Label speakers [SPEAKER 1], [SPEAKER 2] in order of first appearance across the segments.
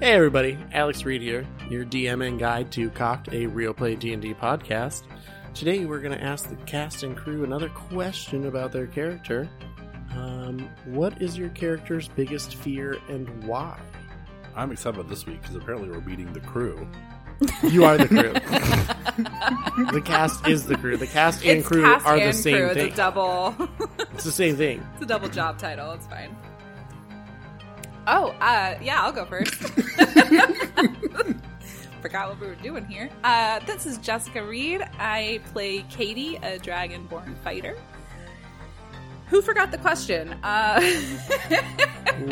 [SPEAKER 1] Hey everybody, Alex Reed here, your DM and guide to Cocked, a real play D&D podcast. Today we're going to ask the cast and crew another question about their character. Um, what is your character's biggest fear and why?
[SPEAKER 2] I'm excited about this week because apparently we're meeting the crew.
[SPEAKER 1] You are the crew. the cast is the crew. The cast and
[SPEAKER 3] It's
[SPEAKER 1] crew
[SPEAKER 3] cast
[SPEAKER 1] are the
[SPEAKER 3] and
[SPEAKER 1] same
[SPEAKER 3] crew.
[SPEAKER 1] thing.
[SPEAKER 3] It's a double.
[SPEAKER 1] it's the same thing.
[SPEAKER 3] it's a double job title. It's fine. Oh, uh, yeah, I'll go first. Forgot what we were doing here. Uh, this is Jessica Reed. I play Katie, a dragonborn fighter. Who forgot the question? Uh,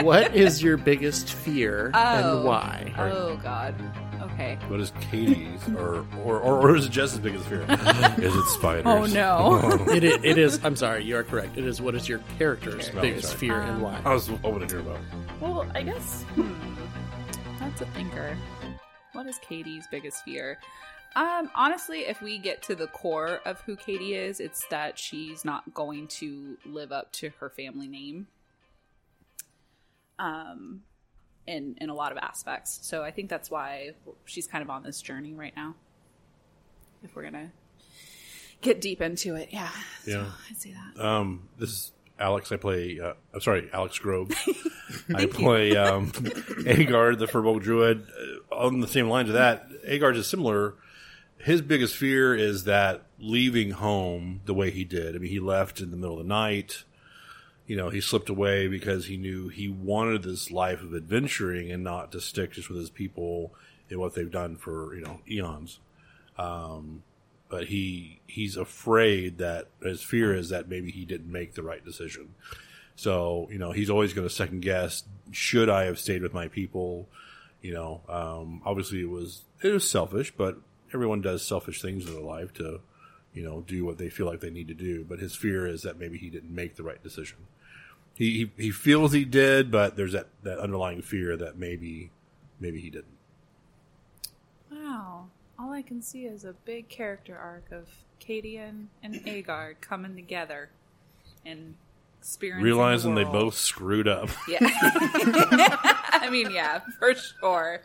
[SPEAKER 1] What is your biggest fear
[SPEAKER 3] Oh.
[SPEAKER 1] and why?
[SPEAKER 3] oh God. Okay.
[SPEAKER 2] What is Katie's or or or, or is it Jess's biggest fear? is it spiders?
[SPEAKER 3] Oh, no.
[SPEAKER 1] It is, it is. I'm sorry, you are correct. It is what is your character's
[SPEAKER 2] Character.
[SPEAKER 1] biggest
[SPEAKER 2] Sorry.
[SPEAKER 1] fear and
[SPEAKER 3] Um,
[SPEAKER 1] why?
[SPEAKER 2] I was hoping to hear about.
[SPEAKER 3] Well, I guess hmm, that's a thinker. What is Katie's biggest fear? Um, honestly, if we get to the core of who Katie is, it's that she's not going to live up to her family name. Um, in in a lot of aspects. So I think that's why she's kind of on this journey right now. If we're gonna get deep into it, yeah,
[SPEAKER 2] Yeah.
[SPEAKER 3] I see that.
[SPEAKER 2] Um, this is Alex. I play. Uh, I'm sorry, Alex Grobe. I play um, Agar, the Furbolg Druid. Uh, on the same lines of that, Agar's is similar. His biggest fear is that leaving home the way he did. I mean, he left in the middle of the night. You know, he slipped away because he knew he wanted this life of adventuring and not to stick just with his people and what they've done for you know eons but he he's afraid that his fear is that maybe he didn't make the right decision. So you know he's always going to second guess: should I have stayed with my people? You know, um, obviously it was it was selfish, but everyone does selfish things in their life to you know do what they feel like they need to do. But his fear is that maybe he didn't make the right decision. He he, he feels he did, but there's that that underlying fear that maybe maybe he didn't.
[SPEAKER 3] Wow. All I can see is a big character arc of Cadian and Agar coming together and experiencing. the
[SPEAKER 2] Realizing they
[SPEAKER 3] world.
[SPEAKER 2] both screwed up.
[SPEAKER 3] Yeah. I mean, yeah, for sure.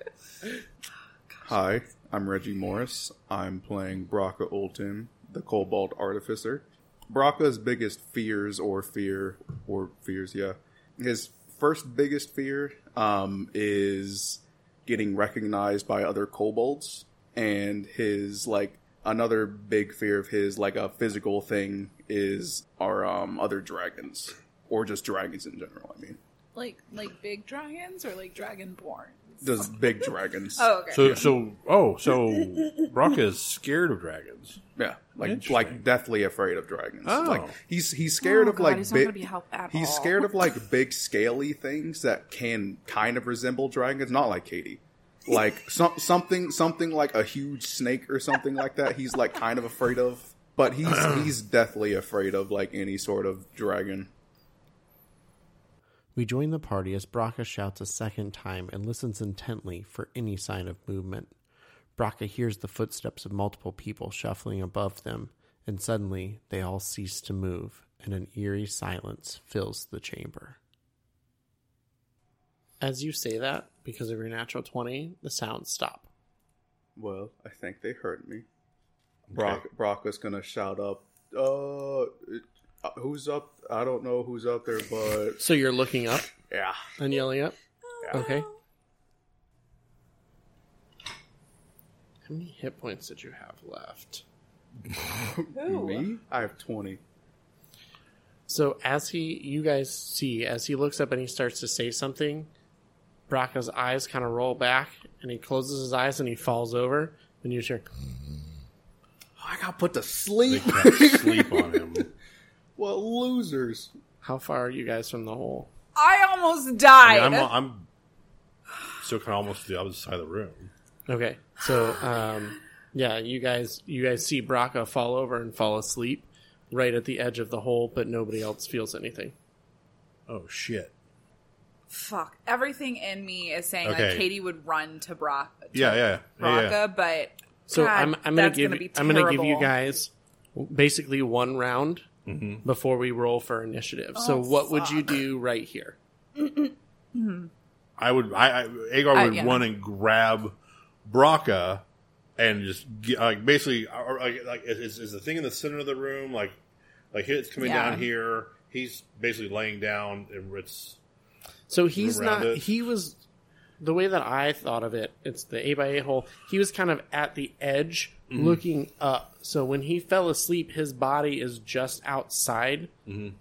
[SPEAKER 4] Hi, I'm Reggie Morris. I'm playing Brocca Olton, the Cobalt Artificer. Brocca's biggest fears, or fear, or fears, yeah. His first biggest fear um, is getting recognized by other kobolds, and his like another big fear of his, like a physical thing, is are um, other dragons, or just dragons in general. I mean,
[SPEAKER 3] Like, like big dragons or like dragonborns.
[SPEAKER 4] just big dragons.
[SPEAKER 3] Oh, okay.
[SPEAKER 2] So, so, oh, so Brock is scared of dragons.
[SPEAKER 4] Yeah, like
[SPEAKER 2] Interesting.
[SPEAKER 4] like deathly afraid of dragons.
[SPEAKER 2] Oh.
[SPEAKER 4] Like he's he's scared
[SPEAKER 3] Oh,
[SPEAKER 4] of
[SPEAKER 3] God,
[SPEAKER 4] like
[SPEAKER 3] he's not
[SPEAKER 4] big.
[SPEAKER 3] gonna be help at
[SPEAKER 4] he's
[SPEAKER 3] all.
[SPEAKER 4] scared of like big scaly things that can kind of resemble dragons, not like Katie. Like some something something like a huge snake or something like that. He's like kind of afraid of, but he's he's deathly afraid of like any sort of dragon.
[SPEAKER 1] We join the party as Braca shouts a second time and listens intently for any sign of movement. Braca hears the footsteps of multiple people shuffling above them, and suddenly they all cease to move, and an eerie silence fills the chamber. As you say that, because of your natural 20, the sounds stop.
[SPEAKER 4] Well, I think they heard me. Brock Brock was gonna shout up. Uh, it- uh, who's up? I don't know who's up there, but
[SPEAKER 1] So you're looking up
[SPEAKER 4] yeah.
[SPEAKER 1] and yelling up? Okay. How many hit points did you have left?
[SPEAKER 4] Me? I have twenty.
[SPEAKER 1] So as he, you guys see, as he looks up and he starts to say something, Braca's eyes kind of roll back, and he closes his eyes and he falls over. And you hear,
[SPEAKER 4] I got put to sleep.
[SPEAKER 2] They can't sleep on him.
[SPEAKER 4] What losers?
[SPEAKER 1] "How far are you guys from the hole?"
[SPEAKER 3] I almost
[SPEAKER 2] I am
[SPEAKER 3] died.
[SPEAKER 2] I'm still kind of almost to the opposite side of the room.
[SPEAKER 1] Okay, so um, yeah, you guys, you guys see Braca fall over and fall asleep right at the edge of the hole, but nobody else feels anything.
[SPEAKER 2] Oh shit!
[SPEAKER 3] Fuck. Everything in me is saying like
[SPEAKER 2] Okay.
[SPEAKER 3] Katie would run to Brock,
[SPEAKER 2] Yeah, yeah, yeah.
[SPEAKER 3] Brocca,
[SPEAKER 2] yeah.
[SPEAKER 3] but
[SPEAKER 1] So
[SPEAKER 3] God,
[SPEAKER 1] I'm, I'm gonna
[SPEAKER 3] that's
[SPEAKER 1] give
[SPEAKER 3] gonna be
[SPEAKER 1] I'm gonna give you
[SPEAKER 3] terrible.
[SPEAKER 1] guys basically one round
[SPEAKER 2] Mm-hmm.
[SPEAKER 3] Oh,
[SPEAKER 1] before we roll for initiative. so what would you do right here?
[SPEAKER 2] I would. I, I Agar
[SPEAKER 3] I-
[SPEAKER 2] would
[SPEAKER 3] Uh, yeah.
[SPEAKER 2] run and grab Braca and just get, like basically uh, or, like, like is, is the thing in the center of the room like like it's coming
[SPEAKER 3] Yeah.
[SPEAKER 2] down here. He's basically laying down and it's
[SPEAKER 1] So he's
[SPEAKER 2] Around
[SPEAKER 1] not.
[SPEAKER 2] it.
[SPEAKER 1] He was the way that I thought of it. It's the A by A hole. He was kind of at the edge, looking up. So when he fell asleep, his body is just outside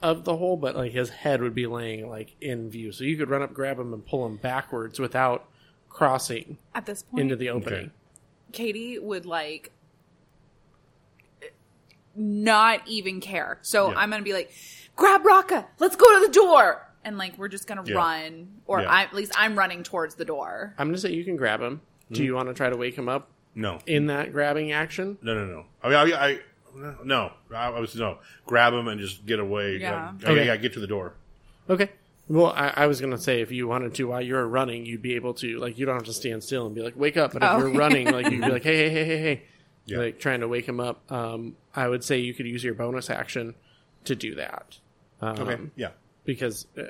[SPEAKER 1] of the hole, but like his head would be laying like in view. So you could run up, grab him, and pull him backwards without crossing
[SPEAKER 3] At this point,
[SPEAKER 1] into the opening.
[SPEAKER 3] Katie would like not even care. So
[SPEAKER 2] Yeah.
[SPEAKER 3] I'm gonna be like, grab Raka, let's go to the door, and like we're just gonna
[SPEAKER 2] Yeah.
[SPEAKER 3] run, or
[SPEAKER 2] Yeah.
[SPEAKER 3] I, at least I'm running towards the door.
[SPEAKER 1] I'm gonna say you can grab him. Do you want to try to wake him up
[SPEAKER 2] no,
[SPEAKER 1] in that grabbing action?
[SPEAKER 2] no, no, no. I mean, I, I no, I, I was no. Grab him and just get away.
[SPEAKER 3] Yeah.
[SPEAKER 2] I, I,
[SPEAKER 1] Okay.
[SPEAKER 2] yeah, get to the door.
[SPEAKER 1] Okay. Well, I, I was gonna say if you wanted to while you're running, you'd be able to like you don't have to stand still and be like wake up. But if
[SPEAKER 3] Oh.
[SPEAKER 1] you're running, like you'd be like hey hey hey hey hey,
[SPEAKER 2] Yeah.
[SPEAKER 1] like trying to wake him up. Um, I would say you could use your bonus action to do that. Um,
[SPEAKER 2] Okay, yeah,
[SPEAKER 1] Because uh,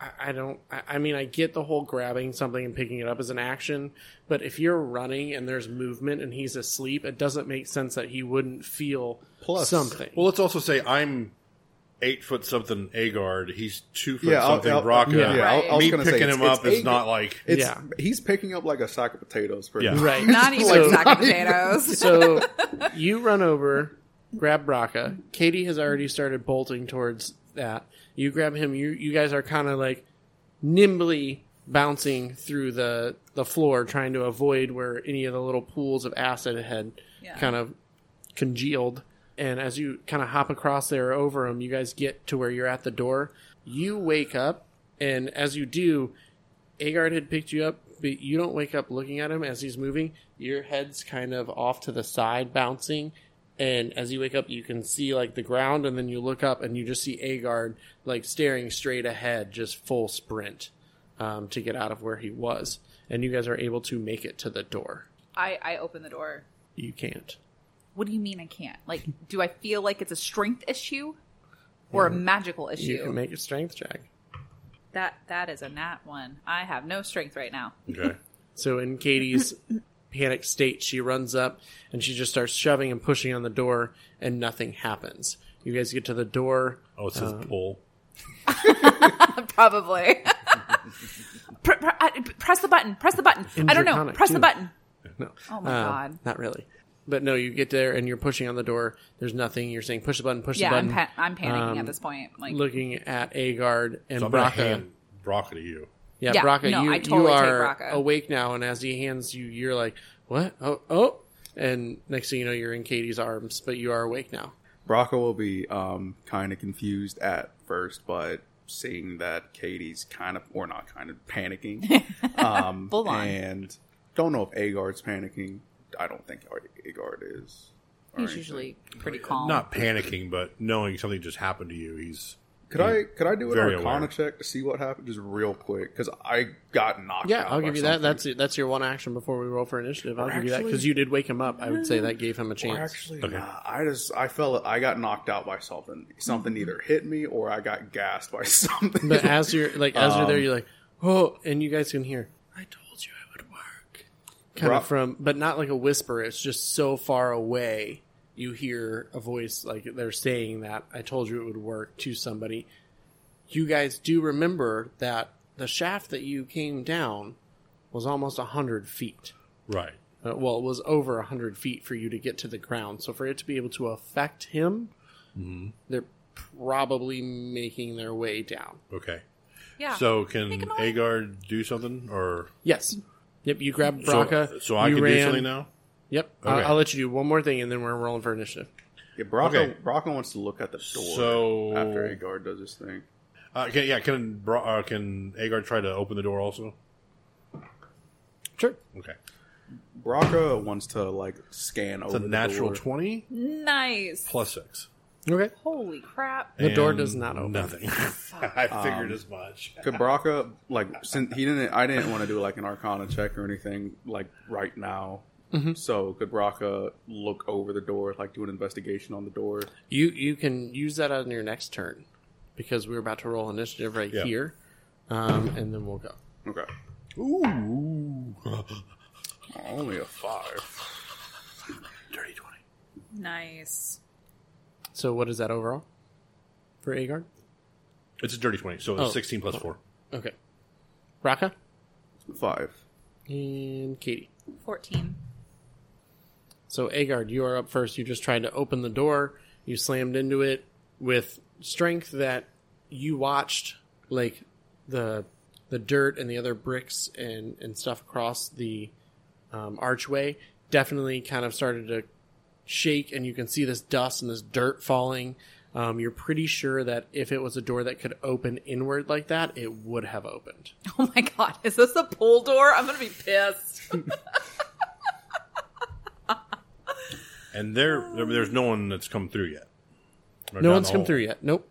[SPEAKER 1] I, I don't. I, I mean, I get the whole grabbing something and picking it up as an action, but if you're running and there's movement and he's asleep, it doesn't make sense that he wouldn't feel something.
[SPEAKER 2] Well, let's also say I'm eight foot something Agard. He's two foot
[SPEAKER 4] Yeah, I'll-
[SPEAKER 2] something
[SPEAKER 4] I'll-
[SPEAKER 2] Braca.
[SPEAKER 1] yeah,
[SPEAKER 4] I- I was
[SPEAKER 2] Me
[SPEAKER 4] gonna
[SPEAKER 2] picking
[SPEAKER 4] say,
[SPEAKER 2] him
[SPEAKER 4] it's-
[SPEAKER 2] up
[SPEAKER 4] it's
[SPEAKER 2] is not like
[SPEAKER 4] It's
[SPEAKER 1] Yeah.
[SPEAKER 4] he's picking up like a sack of potatoes. Pretty
[SPEAKER 2] Yeah.
[SPEAKER 4] much.
[SPEAKER 1] right.
[SPEAKER 3] Not even
[SPEAKER 1] So-
[SPEAKER 3] sack of potatoes.
[SPEAKER 1] So you run over, grab Braca. Katie has already started bolting towards that. You grab him. You you guys are kind of like nimbly bouncing through the the floor, trying to avoid where any of the little pools of acid had
[SPEAKER 3] Yeah.
[SPEAKER 1] kind of congealed. And as you kind of hop across there over him, you guys get to where you're at the door. You wake up, and as you do, Agard had picked you up, but you don't wake up looking at him as he's moving. Your head's kind of off to the side, bouncing. And as you wake up, you can see like the ground, and then you look up and you just see Agard like staring straight ahead, just full sprint um, to get out of where he was. And you guys are able to make it to the door.
[SPEAKER 3] I I open the door.
[SPEAKER 1] You can't.
[SPEAKER 3] What do you mean I can't? Like, do I feel like it's a strength issue or a magical
[SPEAKER 1] You
[SPEAKER 3] issue?
[SPEAKER 1] can make a strength check.
[SPEAKER 3] that that is a nat one. I have no strength right now.
[SPEAKER 2] okay.
[SPEAKER 1] So in Katie's panic state, she runs up and she just starts shoving and pushing on the door, and nothing happens. You guys get to the door.
[SPEAKER 2] Oh, it
[SPEAKER 4] Uh,
[SPEAKER 2] says pull.
[SPEAKER 3] Probably. Pr- pr- I- press the button. Press the button.
[SPEAKER 1] In
[SPEAKER 3] I don't know.
[SPEAKER 1] Draconic,
[SPEAKER 3] Press
[SPEAKER 1] too.
[SPEAKER 3] the button.
[SPEAKER 1] No.
[SPEAKER 3] Oh my
[SPEAKER 1] Uh,
[SPEAKER 3] god.
[SPEAKER 1] Not really. But no, you get there and you're pushing on the door. There's nothing. You're saying push the button, push
[SPEAKER 3] Yeah,
[SPEAKER 1] the button.
[SPEAKER 3] I'm pa- I'm panicking
[SPEAKER 1] Um,
[SPEAKER 3] at this point. Like,
[SPEAKER 1] Looking at Agard and
[SPEAKER 2] So I'm gonna
[SPEAKER 1] Braca.
[SPEAKER 2] hand Braca to you.
[SPEAKER 1] Yeah,
[SPEAKER 3] Yeah,
[SPEAKER 1] Braca,
[SPEAKER 3] no,
[SPEAKER 1] you,
[SPEAKER 3] I totally
[SPEAKER 1] you
[SPEAKER 3] take
[SPEAKER 1] are
[SPEAKER 3] Braca.
[SPEAKER 1] awake now, and as he hands you, you're like, what? Oh, oh. And next thing you know, you're in Katie's arms, but you are awake now.
[SPEAKER 4] Rocco will be um, kind of confused at first, but seeing that Katie's kind of, or not kind of, panicking. Um,
[SPEAKER 3] Full on.
[SPEAKER 4] And don't know if Agard's panicking. I don't think Agard is.
[SPEAKER 3] he's
[SPEAKER 4] or anything.
[SPEAKER 3] usually pretty calm.
[SPEAKER 2] Not panicking, but knowing something just happened to you. He's
[SPEAKER 4] Could I could I do an
[SPEAKER 2] Very
[SPEAKER 4] Arcana
[SPEAKER 2] aware.
[SPEAKER 4] check to see what happened, just real quick? Because I got knocked.
[SPEAKER 1] Yeah,
[SPEAKER 4] out
[SPEAKER 1] I'll
[SPEAKER 4] by
[SPEAKER 1] give you that.
[SPEAKER 4] something.
[SPEAKER 1] That's that's your one action before we roll for initiative. I'll give you that because
[SPEAKER 4] actually-
[SPEAKER 1] you did wake him up. I would say that gave him a
[SPEAKER 4] Or
[SPEAKER 1] chance.
[SPEAKER 4] Actually, nah, I just I felt I got knocked out by something. Something either hit me or I got gassed by something.
[SPEAKER 1] But as you're like as you're there, you're like, oh, and you guys can hear. I told you it would work. Kind
[SPEAKER 4] Bro-
[SPEAKER 1] of from, but not like a whisper. It's just so far away. You hear a voice like they're saying that I told you it would work to somebody. You guys do remember that the shaft that you came down was almost a hundred feet.
[SPEAKER 2] right.
[SPEAKER 1] uh, well, it was over 100 feet for you to get to the ground. So for it to be able to affect him, they're probably making their way down.
[SPEAKER 2] Okay.
[SPEAKER 3] yeah.
[SPEAKER 2] So can
[SPEAKER 3] Make him awake.
[SPEAKER 2] Agar do something or
[SPEAKER 1] Yes. Yep, you grabbed
[SPEAKER 2] so,
[SPEAKER 1] Braca.
[SPEAKER 2] so I
[SPEAKER 1] you
[SPEAKER 2] can do
[SPEAKER 1] ran-
[SPEAKER 2] something now?
[SPEAKER 1] Yep. I'll,
[SPEAKER 2] Okay.
[SPEAKER 1] I'll let you do one more thing, and then we're rolling for initiative.
[SPEAKER 4] yeah, Brocco,
[SPEAKER 2] Okay.
[SPEAKER 4] Brocco wants to look at the door
[SPEAKER 2] So-
[SPEAKER 4] after Agard does his thing.
[SPEAKER 2] Uh, can, yeah, can Bra- uh, can Agar try to open the door also?
[SPEAKER 1] Sure.
[SPEAKER 2] Okay.
[SPEAKER 4] Brocco wants to like scan
[SPEAKER 2] It's a
[SPEAKER 4] over the
[SPEAKER 2] natural
[SPEAKER 4] door.
[SPEAKER 2] twenty
[SPEAKER 3] nice.
[SPEAKER 2] plus six.
[SPEAKER 1] Okay.
[SPEAKER 3] Holy crap.
[SPEAKER 1] The door
[SPEAKER 2] And
[SPEAKER 1] does not open. Um,
[SPEAKER 2] Nothing. I figured as much.
[SPEAKER 4] Could Brocco like since he didn't, I didn't want to do like an Arcana check or anything like right now.
[SPEAKER 2] Mm-hmm.
[SPEAKER 4] So could Brocco look over the door, like do an investigation on the door?
[SPEAKER 1] You you can use that on your next turn because we're about to roll initiative right
[SPEAKER 2] Yeah.
[SPEAKER 1] here. um, and then we'll go.
[SPEAKER 4] Okay.
[SPEAKER 2] Ooh.
[SPEAKER 4] Only a five.
[SPEAKER 2] Dirty 20.
[SPEAKER 3] Nice.
[SPEAKER 1] So what is that overall for Agard?
[SPEAKER 2] It's a dirty 20, so it's
[SPEAKER 1] Oh.
[SPEAKER 2] 16 plus 4.
[SPEAKER 1] Okay, Raka
[SPEAKER 4] Five.
[SPEAKER 1] and Katie.
[SPEAKER 3] 14.
[SPEAKER 1] So Agard, you are up first. You just tried to open the door. You slammed into it with strength that you watched like the the dirt and the other bricks and and stuff across the um, archway definitely kind of started to shake and you can see this dust and this dirt falling um, you're pretty sure that if it was a door that could open inward like that it would have opened
[SPEAKER 3] Oh my god, is this a pool door? I'm gonna be pissed.
[SPEAKER 2] And there, there- there's no one that's come through yet. Or
[SPEAKER 1] no
[SPEAKER 2] down
[SPEAKER 1] one's
[SPEAKER 2] the
[SPEAKER 1] come
[SPEAKER 2] hall.
[SPEAKER 1] through yet nope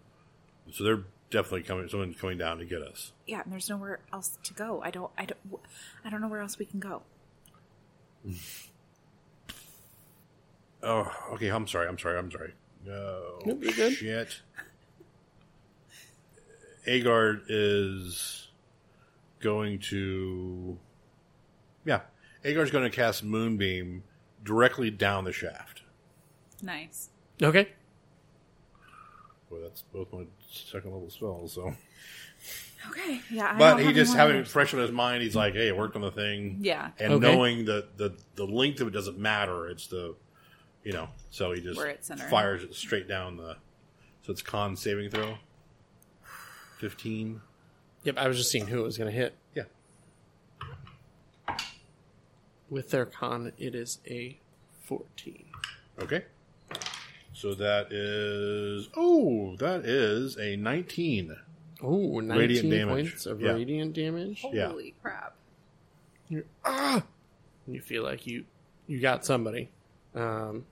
[SPEAKER 2] So they're definitely coming. Someone's coming down to get us.
[SPEAKER 3] yeah, and there's nowhere else to go. I don't, I don't, I don't know where else we can go.
[SPEAKER 2] Oh, okay. I'm sorry. I'm sorry. I'm sorry. Oh,
[SPEAKER 1] Nope, you're good.
[SPEAKER 2] shit. Agard is going to. Yeah. Agard's going to cast Moonbeam directly down the shaft.
[SPEAKER 3] Nice.
[SPEAKER 1] okay
[SPEAKER 2] Well, that's both my second level spells, so.
[SPEAKER 3] Okay. Yeah. I
[SPEAKER 2] But
[SPEAKER 3] don't
[SPEAKER 2] he
[SPEAKER 3] have
[SPEAKER 2] just
[SPEAKER 3] any more
[SPEAKER 2] having it
[SPEAKER 3] others.
[SPEAKER 2] fresh in his mind, he's like, "Hey, it worked on the thing."
[SPEAKER 3] Yeah.
[SPEAKER 2] and
[SPEAKER 1] Okay.
[SPEAKER 2] knowing that the the length of it doesn't matter. It's the you know, so he just
[SPEAKER 3] Where it's centered.
[SPEAKER 2] fires it straight down the. So it's con saving throw. Fifteen.
[SPEAKER 1] yep i was just seeing who it was going to hit
[SPEAKER 2] Yeah.
[SPEAKER 1] With their con, it is a 14.
[SPEAKER 2] Okay. So that is oh, that is a nineteen.
[SPEAKER 1] Oh, 19
[SPEAKER 2] Radiant damage.
[SPEAKER 1] points of
[SPEAKER 2] Yeah.
[SPEAKER 1] radiant damage.
[SPEAKER 2] yeah.
[SPEAKER 3] Holy crap.
[SPEAKER 1] ah! You feel like you you got somebody. Um,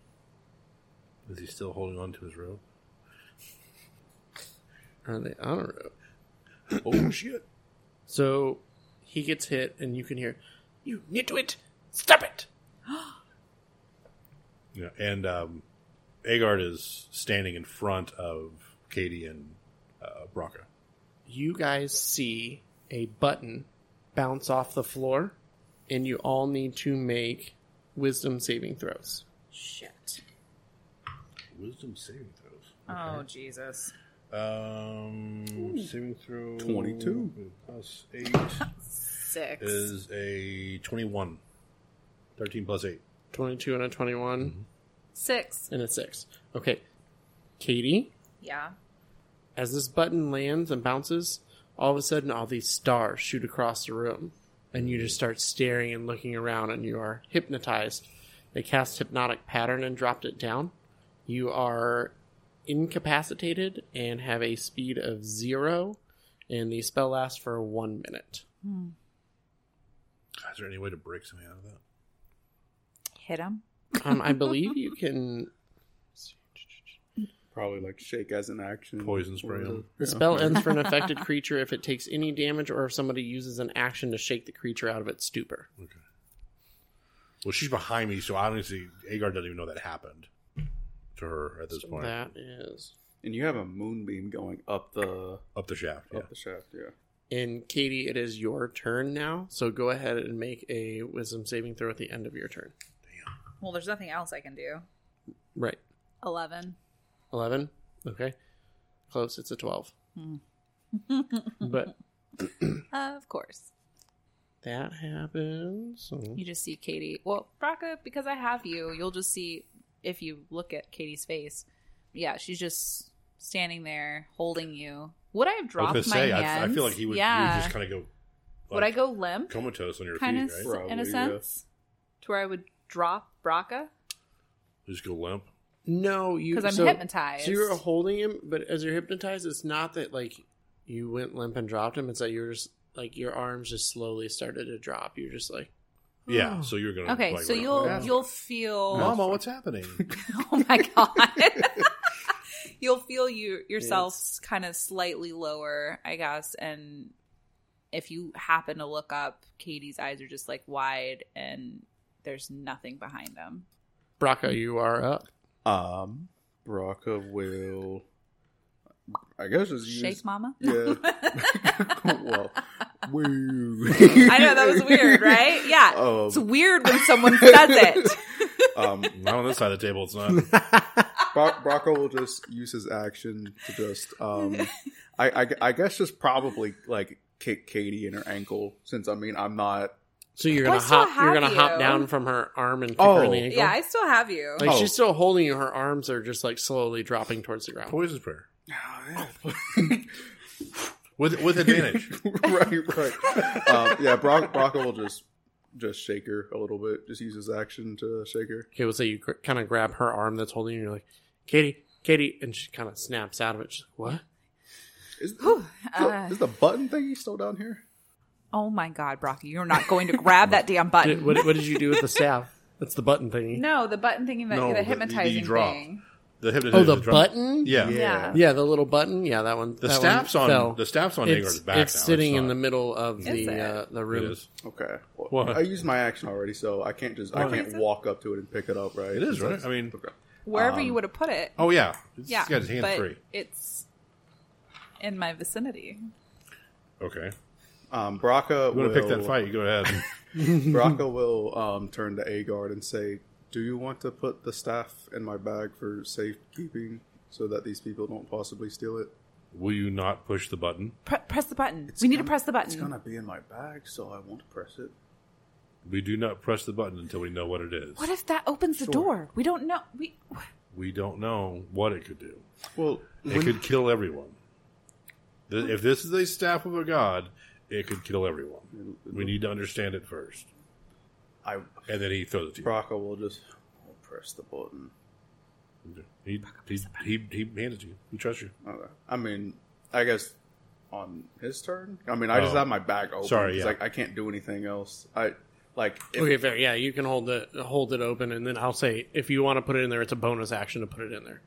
[SPEAKER 2] Is he still holding on to his rope?
[SPEAKER 1] are they on a rope?
[SPEAKER 2] Oh shit!
[SPEAKER 1] So he gets hit, and you can hear, You nitwit! Stop it!
[SPEAKER 2] Yeah, and um, Agard is standing in front of Katie and uh, Braca.
[SPEAKER 1] You guys see a button bounce off the floor, and you all need to make wisdom saving throws.
[SPEAKER 3] Shit.
[SPEAKER 2] Wisdom saving throws.
[SPEAKER 3] Oh Jesus.
[SPEAKER 2] Um, saving throw
[SPEAKER 4] 22.
[SPEAKER 2] plus eight
[SPEAKER 3] Six.
[SPEAKER 2] is a twenty-one. Thirteen plus eight.
[SPEAKER 1] 22 and a 21,
[SPEAKER 3] Six.
[SPEAKER 1] and a 6. Okay. Katie?
[SPEAKER 3] Yeah.
[SPEAKER 1] As this button lands and bounces, all of a sudden all these stars shoot across the room, and you just start staring and looking around, and you are hypnotized. They cast hypnotic pattern and dropped it down. You are incapacitated and have a speed of zero, and the spell lasts for one minute.
[SPEAKER 2] Is there any way to break something out of that?
[SPEAKER 3] Hit him.
[SPEAKER 1] Um, I believe you can
[SPEAKER 4] Probably like shake as an action.
[SPEAKER 2] Poison spray him.
[SPEAKER 1] The spell ends for an affected creature if it takes any damage or if somebody uses an action to shake the creature out of its stupor.
[SPEAKER 2] Well, she's behind me, so obviously Agar doesn't even know that happened to her at this point.
[SPEAKER 1] That is
[SPEAKER 4] And you have a moonbeam going up the
[SPEAKER 2] Up the shaft. Yeah.
[SPEAKER 4] up the shaft. Yeah.
[SPEAKER 1] And Katie, it is your turn now, so go ahead and make a wisdom saving throw at the end of your turn.
[SPEAKER 3] Well, there's nothing else I can do.
[SPEAKER 1] Right.
[SPEAKER 3] Eleven.
[SPEAKER 1] 11? Okay. Close, it's a 12.
[SPEAKER 3] Hmm.
[SPEAKER 1] but
[SPEAKER 3] Of course.
[SPEAKER 1] that happens. so-
[SPEAKER 3] You just see Katie. Well, Braca, because I have you, you'll just see if you look at Katie's face. Yeah, she's just standing there holding you. Would I have
[SPEAKER 2] I was
[SPEAKER 3] dropped
[SPEAKER 2] gonna
[SPEAKER 3] my
[SPEAKER 2] say, I, I
[SPEAKER 3] hands?
[SPEAKER 2] feel like he would. You
[SPEAKER 3] Yeah.
[SPEAKER 2] would just kind of go.
[SPEAKER 3] would I
[SPEAKER 2] like,
[SPEAKER 3] go limp?
[SPEAKER 2] comatose on your
[SPEAKER 3] Kind of,
[SPEAKER 2] feet? Right.
[SPEAKER 4] Right.
[SPEAKER 3] in
[SPEAKER 4] Probably,
[SPEAKER 3] a
[SPEAKER 4] yeah.
[SPEAKER 3] sense, to where I would drop Braca.
[SPEAKER 2] Just go limp.
[SPEAKER 1] No, you
[SPEAKER 3] 'Cause I'm
[SPEAKER 1] so-
[SPEAKER 3] hypnotized.
[SPEAKER 1] So you're holding him, but as you're hypnotized, it's not that like you went limp and dropped him. It's that you're just like your arms just slowly started to drop. You're just like, "Oh,
[SPEAKER 2] Yeah. So you're gonna.
[SPEAKER 3] Oh. Okay,
[SPEAKER 2] like,
[SPEAKER 3] so
[SPEAKER 2] right-
[SPEAKER 3] you'll
[SPEAKER 2] Yeah.
[SPEAKER 3] you'll feel.
[SPEAKER 2] Mama, what's happening?
[SPEAKER 3] Oh my god. You'll feel you yourself kind of slightly lower, I guess, and if you happen to look up, Katie's eyes are just like wide and there's nothing behind them.
[SPEAKER 1] Braca, you are up.
[SPEAKER 4] Um, Braca will. I guess it's used.
[SPEAKER 3] Shake mama.
[SPEAKER 4] Yeah. well, woo.
[SPEAKER 3] I know that was weird, right? Yeah.
[SPEAKER 4] Um,
[SPEAKER 3] It's weird when someone says it.
[SPEAKER 4] um,
[SPEAKER 2] Not on this side of the table. It's not.
[SPEAKER 4] Bro- Brocco will just use his action to just, um, I, I, I guess, just probably like kick Katie in her ankle. Since I mean, I'm not.
[SPEAKER 1] So you're
[SPEAKER 3] Well, I
[SPEAKER 1] gonna
[SPEAKER 3] still
[SPEAKER 1] hop. You're
[SPEAKER 3] have
[SPEAKER 1] gonna hop
[SPEAKER 3] you.
[SPEAKER 1] down from her arm and kick her in
[SPEAKER 4] Oh.
[SPEAKER 1] the ankle.
[SPEAKER 3] Yeah, I still have you.
[SPEAKER 1] like
[SPEAKER 4] Oh.
[SPEAKER 1] she's still holding you. Her arms are just like slowly dropping towards the ground.
[SPEAKER 2] Poison's prayer
[SPEAKER 4] Oh,
[SPEAKER 2] with with advantage.
[SPEAKER 4] right, right. Um, yeah, Brock, Brocco will just just shake her a little bit. Just use his action to shake her.
[SPEAKER 1] Okay, we'll say you gr- kind of grab her arm that's holding you. and You're like, Katie, Katie, and she kind of snaps out of it. She's like, what?
[SPEAKER 4] Is,
[SPEAKER 3] Whew, uh,
[SPEAKER 4] is the button thingy still down here?
[SPEAKER 3] oh my God, Brocky, you're not going to grab that damn
[SPEAKER 1] Did,
[SPEAKER 3] button.
[SPEAKER 1] what? What did you do with the staff? That's the button thingy.
[SPEAKER 3] No, the button thingy, that
[SPEAKER 2] No,
[SPEAKER 3] the
[SPEAKER 2] the-
[SPEAKER 3] hypnotizing
[SPEAKER 2] the drop.
[SPEAKER 3] thing.
[SPEAKER 2] The hip
[SPEAKER 1] Oh, the button.
[SPEAKER 2] Yeah.
[SPEAKER 3] Yeah.
[SPEAKER 1] Yeah, the little button. Yeah, that one.
[SPEAKER 2] The
[SPEAKER 1] that one
[SPEAKER 2] staff's on
[SPEAKER 1] fell.
[SPEAKER 2] the staff's on
[SPEAKER 1] it's,
[SPEAKER 2] Hagar's back.
[SPEAKER 1] it's
[SPEAKER 2] now.
[SPEAKER 1] sitting in
[SPEAKER 2] not-
[SPEAKER 1] the middle of the
[SPEAKER 3] it?
[SPEAKER 1] uh, the
[SPEAKER 2] It
[SPEAKER 1] room.
[SPEAKER 2] is.
[SPEAKER 4] Okay. Well,
[SPEAKER 2] What?
[SPEAKER 4] I used my action already, so I can't just I can't walk up to it and pick it up, right?
[SPEAKER 2] It is right. I mean,
[SPEAKER 4] Okay.
[SPEAKER 3] Wherever you would have put it.
[SPEAKER 2] oh yeah, It's
[SPEAKER 3] yeah.
[SPEAKER 2] got his hand
[SPEAKER 3] but
[SPEAKER 2] free.
[SPEAKER 3] It's in my vicinity.
[SPEAKER 2] Okay,
[SPEAKER 4] Um, Braca
[SPEAKER 2] you
[SPEAKER 4] will
[SPEAKER 2] want to pick that fight? You go ahead.
[SPEAKER 4] Braca will um, turn to Agard and say, "Do you want to put the staff in my bag for safekeeping, so that these people don't possibly steal it?"
[SPEAKER 2] Will you not push the button?
[SPEAKER 3] Pre- press the button. we need to press the button.
[SPEAKER 4] It's gonna be in my bag, so I won't press it.
[SPEAKER 2] We do not press the button until we know what it is.
[SPEAKER 3] What if that opens the door? We don't know. We
[SPEAKER 2] We don't know what it could do.
[SPEAKER 4] Well,
[SPEAKER 2] It could kill everyone. Th- If this is a staff of a god, it could kill everyone. We need to understand it first,
[SPEAKER 4] I
[SPEAKER 2] and then he throws it to you.
[SPEAKER 4] Braca will just I'll press the button.
[SPEAKER 2] He he he, he hands it to you. He trusts you.
[SPEAKER 4] Okay. I mean, I guess on his turn. I mean, I just
[SPEAKER 2] Oh.
[SPEAKER 4] have my bag open.
[SPEAKER 2] Sorry,
[SPEAKER 4] It's
[SPEAKER 2] yeah.
[SPEAKER 4] Like I can't do anything else. I like if,
[SPEAKER 1] Okay, fair. Yeah, you can hold it hold it open, and then I'll say if you want to put it in there, it's a bonus action to put it in there,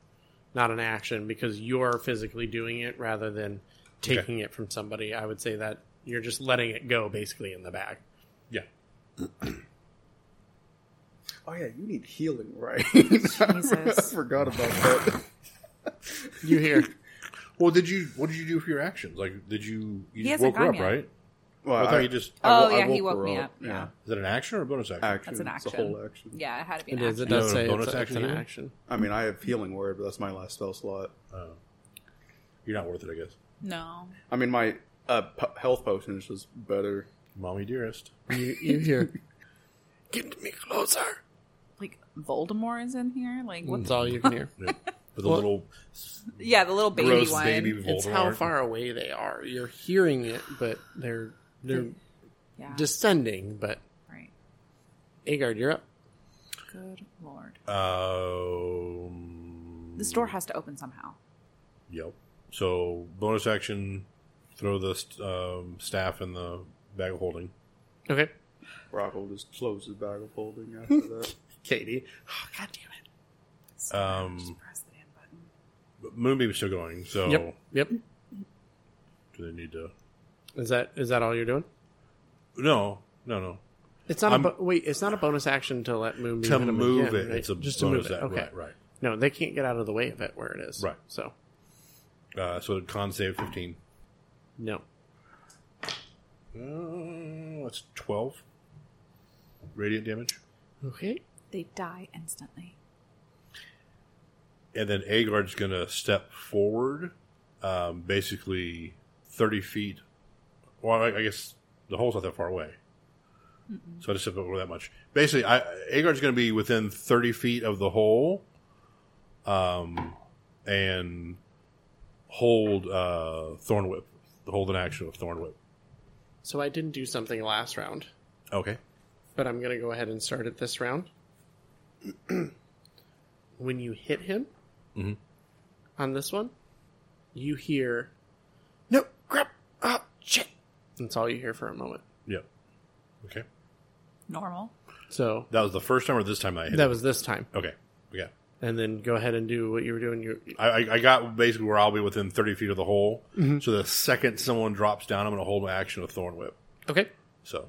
[SPEAKER 1] not an action because you're physically doing it rather than taking it from somebody. I would say that you're just letting it go basically in the bag.
[SPEAKER 2] Yeah.
[SPEAKER 4] Oh yeah, you need healing, right? I
[SPEAKER 3] Jesus.
[SPEAKER 4] forgot about that.
[SPEAKER 1] You hear?
[SPEAKER 2] Well, did you? What did you do for your actions? Like, did you? You just
[SPEAKER 3] hasn't
[SPEAKER 2] woke her up,
[SPEAKER 3] gone yet.
[SPEAKER 2] right?
[SPEAKER 4] Well,
[SPEAKER 2] I thought you just.
[SPEAKER 1] Uh,
[SPEAKER 4] I
[SPEAKER 3] Oh
[SPEAKER 4] wo- I
[SPEAKER 3] yeah, he
[SPEAKER 4] woke
[SPEAKER 3] woke
[SPEAKER 4] her
[SPEAKER 3] me
[SPEAKER 4] up.
[SPEAKER 3] up. Yeah.
[SPEAKER 2] Is it an action or a bonus action?
[SPEAKER 4] action.
[SPEAKER 3] That's an
[SPEAKER 4] It's a
[SPEAKER 3] action.
[SPEAKER 4] whole action.
[SPEAKER 3] Yeah, it had to be an
[SPEAKER 1] It is. It
[SPEAKER 3] action.
[SPEAKER 1] does
[SPEAKER 2] Yeah,
[SPEAKER 1] say
[SPEAKER 2] bonus
[SPEAKER 1] it's, it's
[SPEAKER 2] action
[SPEAKER 1] an
[SPEAKER 2] here.
[SPEAKER 1] action.
[SPEAKER 4] I mean, I have healing word, but that's my last spell slot.
[SPEAKER 2] You're not worth it, I guess.
[SPEAKER 3] No.
[SPEAKER 4] I mean, my uh, p- health potion is just better.
[SPEAKER 2] Mommy dearest.
[SPEAKER 1] You, you hear? Get me closer.
[SPEAKER 3] Like Voldemort is in here. Like what?
[SPEAKER 1] That's all you can hear.
[SPEAKER 2] Yeah. With a little
[SPEAKER 3] Yeah, the little baby
[SPEAKER 2] gross
[SPEAKER 3] one.
[SPEAKER 2] baby Voldemort.
[SPEAKER 1] It's how far away they are. You're hearing it, but they're they're
[SPEAKER 3] Yeah.
[SPEAKER 1] descending. But
[SPEAKER 3] right.
[SPEAKER 1] Agard, you're up.
[SPEAKER 3] Good lord.
[SPEAKER 2] Um,
[SPEAKER 3] This door has to open somehow.
[SPEAKER 2] yep. So bonus action, throw the st- um, staff in the bag of holding.
[SPEAKER 1] Okay,
[SPEAKER 4] Brock will just close his bag of holding after that.
[SPEAKER 1] Katie. Oh, God damn it.
[SPEAKER 2] Um,
[SPEAKER 3] Just press the damn button.
[SPEAKER 2] but Moonbeam's still going. So
[SPEAKER 1] Yep. Yep.
[SPEAKER 2] do they need to?
[SPEAKER 1] Is that is that all you're doing?
[SPEAKER 2] No, no, no.
[SPEAKER 1] It's not
[SPEAKER 2] I'm-
[SPEAKER 1] a bo- wait. It's not a bonus action to let move
[SPEAKER 2] To move it,
[SPEAKER 1] right?
[SPEAKER 2] it's a
[SPEAKER 1] just
[SPEAKER 2] bonus
[SPEAKER 1] to move it.
[SPEAKER 2] act-
[SPEAKER 1] Okay,
[SPEAKER 2] right, right.
[SPEAKER 1] No, they can't get out of the way of it where it is.
[SPEAKER 2] Right.
[SPEAKER 1] So
[SPEAKER 2] Uh, so con save fifteen.
[SPEAKER 1] no.
[SPEAKER 2] Uh, that's twelve radiant damage.
[SPEAKER 1] Okay.
[SPEAKER 3] They die instantly.
[SPEAKER 2] and then Agard's going to step forward, um, basically thirty feet. Well, I, I guess the hole's not that far away, so I just step over that much. Basically, I, Agard's going to be within thirty feet of the hole, um, and hold uh, Thorn Whip, hold an action with Thorn Whip.
[SPEAKER 1] So I didn't do something last round,
[SPEAKER 2] Okay.
[SPEAKER 1] but I'm going to go ahead and start it this round. when you hit him
[SPEAKER 2] Mm-hmm.
[SPEAKER 1] on this one, you hear no grab up shit. That's all you hear for a moment.
[SPEAKER 2] Yep. Okay.
[SPEAKER 3] Normal.
[SPEAKER 1] So
[SPEAKER 2] That was the first time, or this time I hit.
[SPEAKER 1] that
[SPEAKER 2] it?
[SPEAKER 1] was this time,
[SPEAKER 2] okay. Yeah.
[SPEAKER 1] and then go ahead and do what you were doing. You
[SPEAKER 2] I, I- I got basically where I'll be within 30 feet of the hole.
[SPEAKER 1] Mm-hmm.
[SPEAKER 2] So the second someone drops down, I'm going to hold my action with Thorn Whip.
[SPEAKER 1] okay?
[SPEAKER 2] So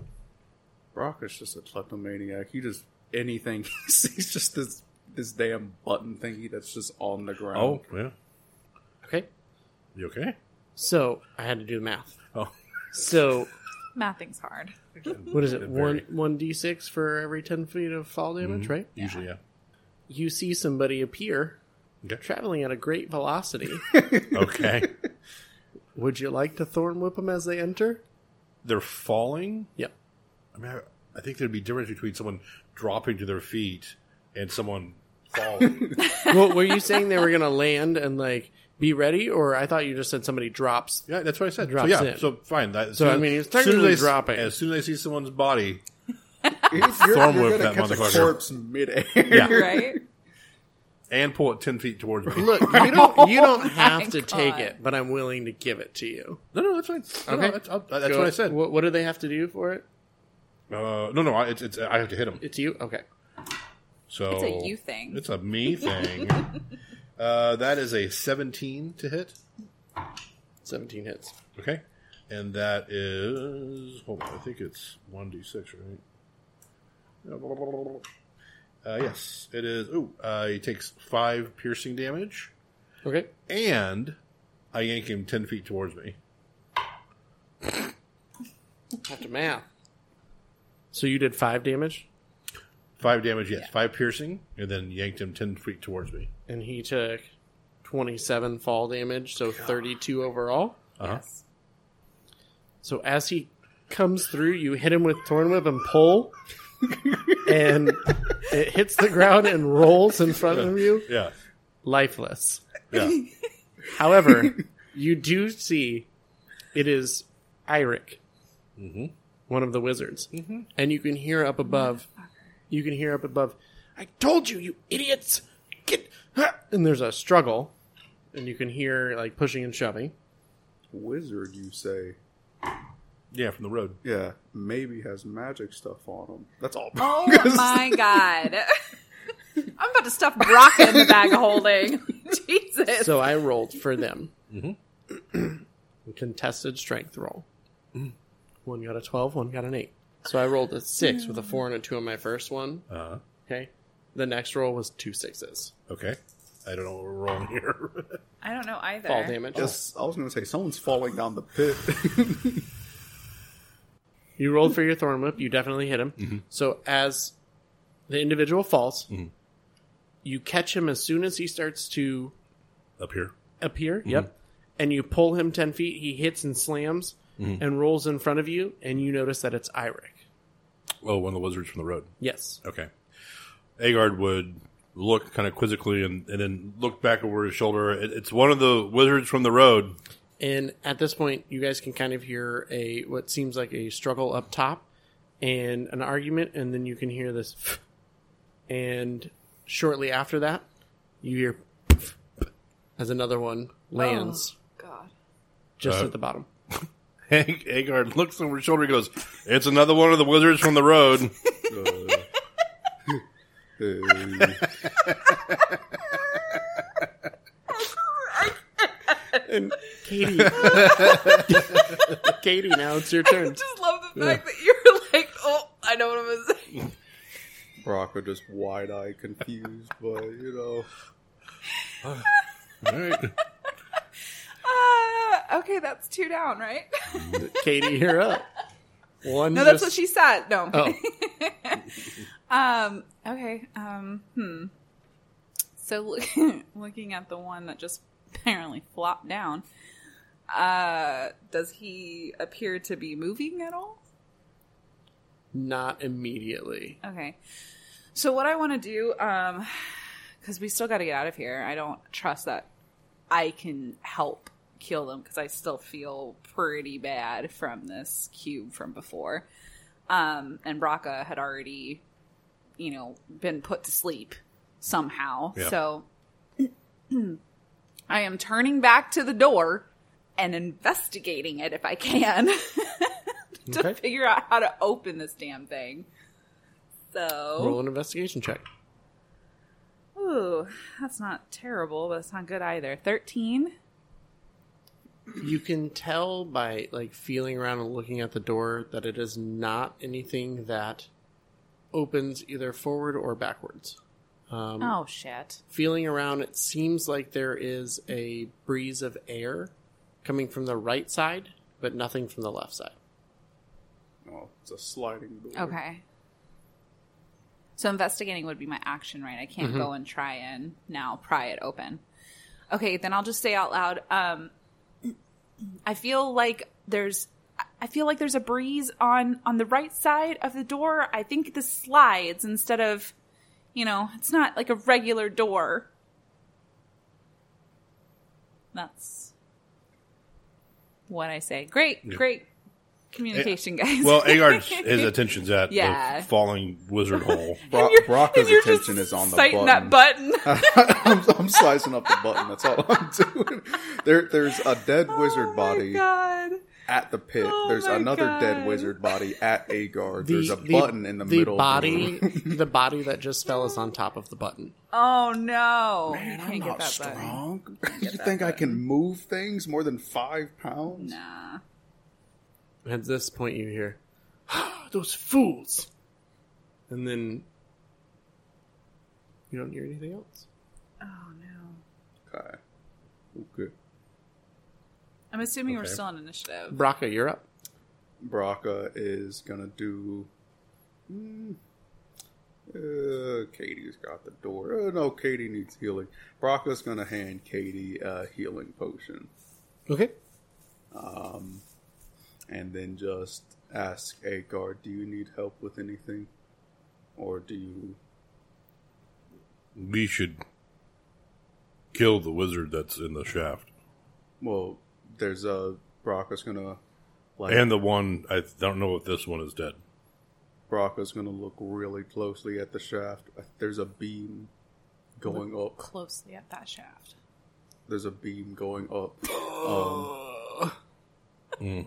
[SPEAKER 4] Brock is just a kleptomaniac. He just anything he sees, just Oh.
[SPEAKER 2] Oh,
[SPEAKER 4] this this damn button thingy that's just on the ground.
[SPEAKER 2] yeah,
[SPEAKER 1] Okay.
[SPEAKER 2] um, You okay?
[SPEAKER 1] So I had to do math.
[SPEAKER 2] Oh,
[SPEAKER 1] So
[SPEAKER 3] Mathing's hard.
[SPEAKER 1] what is it?
[SPEAKER 2] It
[SPEAKER 1] One
[SPEAKER 2] very- Mhm.
[SPEAKER 1] one d six for every ten feet of fall damage, right?
[SPEAKER 2] usually yeah.
[SPEAKER 1] You see somebody appear,
[SPEAKER 2] Okay.
[SPEAKER 1] traveling at a great velocity.
[SPEAKER 2] okay.
[SPEAKER 1] Would you like to thorn whip them as they enter?
[SPEAKER 2] They're falling.
[SPEAKER 1] Yep.
[SPEAKER 2] I mean, I, I think there'd be difference between someone dropping to their feet and someone falling.
[SPEAKER 1] well, were you saying they were going to land and like be ready, or I thought you just said somebody drops?
[SPEAKER 2] yeah, that's what I said. So,
[SPEAKER 1] Drops
[SPEAKER 2] yeah,
[SPEAKER 1] in.
[SPEAKER 2] so fine. That,
[SPEAKER 1] So,
[SPEAKER 2] soon-
[SPEAKER 1] I mean, it's
[SPEAKER 2] soon as
[SPEAKER 1] technically
[SPEAKER 2] they s-
[SPEAKER 1] dropping.
[SPEAKER 2] As soon as they see someone's body,
[SPEAKER 4] You're, you're
[SPEAKER 2] Storm whip
[SPEAKER 4] gonna
[SPEAKER 2] that
[SPEAKER 4] catch a
[SPEAKER 2] motherfucker.
[SPEAKER 4] corpse midair. Yeah.
[SPEAKER 3] Right?
[SPEAKER 2] and pull it ten feet towards me.
[SPEAKER 1] Look, you don't you don't have to
[SPEAKER 3] God.
[SPEAKER 1] take it, but I'm willing to give it to you.
[SPEAKER 2] no, no, that's fine. No, no,
[SPEAKER 1] Okay.
[SPEAKER 2] that's, I'll- that's
[SPEAKER 1] Go-
[SPEAKER 2] what I said.
[SPEAKER 1] What, what do they have to do for it?
[SPEAKER 2] Uh, no, no, I, it's, it's I have to hit him.
[SPEAKER 1] It's you. Okay.
[SPEAKER 2] So
[SPEAKER 3] It's a you thing.
[SPEAKER 2] It's a me thing. uh, that is a seventeen to hit.
[SPEAKER 1] 17 hits.
[SPEAKER 2] Okay. And that is, hold on, I think it's 1d6, right? Uh, yes, it is. Ooh, uh, he takes five piercing damage,
[SPEAKER 1] Okay.
[SPEAKER 2] and I yank him 10 feet towards me.
[SPEAKER 1] Have to math. So you did five damage,
[SPEAKER 2] Five damage, yes, five piercing, and then yanked him 10 feet towards me.
[SPEAKER 1] and he took 27 fall damage, so 32 overall.
[SPEAKER 2] Uh-huh.
[SPEAKER 3] Yes.
[SPEAKER 1] So as he comes through, you hit him with Thorn Whip and pull, and it hits the ground and rolls in front of you,
[SPEAKER 2] Yeah.
[SPEAKER 1] lifeless.
[SPEAKER 2] Yeah.
[SPEAKER 1] However, you do see it is Eirik, one of the wizards, and you can hear up above. You can hear up above. I told you, you idiots! Get and there's a struggle, and you can hear like pushing and shoving.
[SPEAKER 4] Wizard, you say?
[SPEAKER 2] yeah, from the road.
[SPEAKER 4] Yeah, maybe has magic stuff on him. That's all.
[SPEAKER 3] Oh my god. I'm about to stuff Brock in the bag of holding. Jesus.
[SPEAKER 1] So I rolled for them. A Contested strength roll. One got a 12, one got an 8. So I rolled a 6 with a 4 and a 2 on my first one.
[SPEAKER 2] Uh-huh.
[SPEAKER 1] Okay. The next roll was two sixes.
[SPEAKER 2] Okay. I don't know what we're rolling here.
[SPEAKER 3] I don't know either.
[SPEAKER 1] Fall damage.
[SPEAKER 4] Yes, I was going to say someone's falling down the pit.
[SPEAKER 1] You rolled for your thorn whip. You definitely hit him. So as the individual falls, you catch him as soon as he starts to
[SPEAKER 2] Up here.
[SPEAKER 1] appear. Yep. And you pull him 10 feet. He hits and slams and rolls in front of you. And you notice that it's Eirik.
[SPEAKER 2] Oh, one of the wizards from the road.
[SPEAKER 1] Yes.
[SPEAKER 2] Okay. Agard would look kind of quizzically and, and then look back over his shoulder. It, it's one of the wizards from the road.
[SPEAKER 1] And at this point, you guys can kind of hear a what seems like a struggle up top and an argument, and then you can hear this. And shortly after that, you hear as another one lands
[SPEAKER 3] God.
[SPEAKER 1] just
[SPEAKER 2] Uh,
[SPEAKER 1] at the bottom.
[SPEAKER 2] Ag- Agard looks over his shoulder and goes, It's another one of the wizards from the road.
[SPEAKER 4] Uh,
[SPEAKER 1] And Katie, Katie, now it's your
[SPEAKER 3] I
[SPEAKER 1] turn.
[SPEAKER 3] just love the fact that you're like, oh, I know what I'm going to say.
[SPEAKER 4] Brock are just wide eyed, confused, but you know.
[SPEAKER 2] All right.
[SPEAKER 3] Uh, okay, that's two down, right?
[SPEAKER 1] Katie, you're up. One.
[SPEAKER 3] No, that's
[SPEAKER 1] just-
[SPEAKER 3] what she said. No. I'm
[SPEAKER 1] Oh,
[SPEAKER 3] kidding. Um. Okay. Um. Hmm. So look, looking at the one that just apparently flopped down, uh, does he appear to be moving at all?
[SPEAKER 1] not immediately.
[SPEAKER 3] Okay. So what I want to do, um, because we still got to get out of here. I don't trust that I can help kill them because I still feel pretty bad from this cube from before. Um, and Braca had already, you know, been put to sleep somehow.
[SPEAKER 2] Yeah.
[SPEAKER 3] So I am turning back to the door and investigating it if I can to
[SPEAKER 1] Okay.
[SPEAKER 3] figure out how to open this damn thing. So
[SPEAKER 1] Roll an investigation check.
[SPEAKER 3] Ooh, that's not terrible, but it's not good either. 13?
[SPEAKER 1] you can tell by like feeling around and looking at the door that it is not anything that opens either forward or backwards. Um,
[SPEAKER 3] Oh, shit.
[SPEAKER 1] Feeling around, it seems like there is a breeze of air coming from the right side, but nothing from the left side.
[SPEAKER 4] Oh, it's a sliding door.
[SPEAKER 3] Okay. So investigating would be my action, right? I can't go and try and now pry it open. Okay, then I'll just say out loud. Um, I feel like there's, I feel like there's a breeze on on the right side of the door. I think this slides instead of, you know, it's not like a regular door. That's what I say. Great, great communication, guys.
[SPEAKER 2] Well, Agard's his attention's at
[SPEAKER 3] Yeah.
[SPEAKER 2] the falling wizard hole.
[SPEAKER 4] Bro-
[SPEAKER 3] And you're-
[SPEAKER 4] Brocco's
[SPEAKER 3] and you're just
[SPEAKER 4] attention is on the
[SPEAKER 3] citing
[SPEAKER 4] button.
[SPEAKER 3] that button.
[SPEAKER 4] I'm, I'm slicing up the button. That's all I'm doing. There, there's a dead
[SPEAKER 3] Oh
[SPEAKER 4] wizard
[SPEAKER 3] my
[SPEAKER 4] body
[SPEAKER 3] God.
[SPEAKER 4] at the pit.
[SPEAKER 3] Oh
[SPEAKER 4] there's
[SPEAKER 3] my
[SPEAKER 4] another
[SPEAKER 3] God.
[SPEAKER 4] dead wizard body at Agar. there's a button in the,
[SPEAKER 1] the
[SPEAKER 4] middle.
[SPEAKER 1] Body,
[SPEAKER 4] Of the room.
[SPEAKER 1] the body that just fell is on top of the button.
[SPEAKER 3] Oh no! You
[SPEAKER 4] Man,
[SPEAKER 3] can't
[SPEAKER 4] I'm
[SPEAKER 3] get
[SPEAKER 4] not
[SPEAKER 3] that button.
[SPEAKER 4] strong. You think I can move things more than five pounds?
[SPEAKER 3] Nah.
[SPEAKER 1] At this point, you hear, "Ah, those fools! And then you don't hear anything else.
[SPEAKER 3] Oh no.
[SPEAKER 4] Okay. Okay.
[SPEAKER 3] I'm assuming we're
[SPEAKER 2] Okay.
[SPEAKER 3] still on initiative.
[SPEAKER 1] Braca, you're up.
[SPEAKER 4] Braca is gonna do. Mm, uh, Katie's got the door. Oh, no, Katie needs healing. Braca's gonna hand Katie a healing potion,
[SPEAKER 1] Okay.
[SPEAKER 4] and then just ask Agar, "Do you need help with anything, or do you?"
[SPEAKER 2] We should kill the wizard that's in the shaft.
[SPEAKER 4] Well, there's a Braca's gonna like
[SPEAKER 2] And the one, I don't know if this one is dead.
[SPEAKER 4] Braca's gonna look really closely at the shaft. There's a beam going up.
[SPEAKER 3] Closely at that shaft.
[SPEAKER 4] There's a beam going up.
[SPEAKER 1] Um,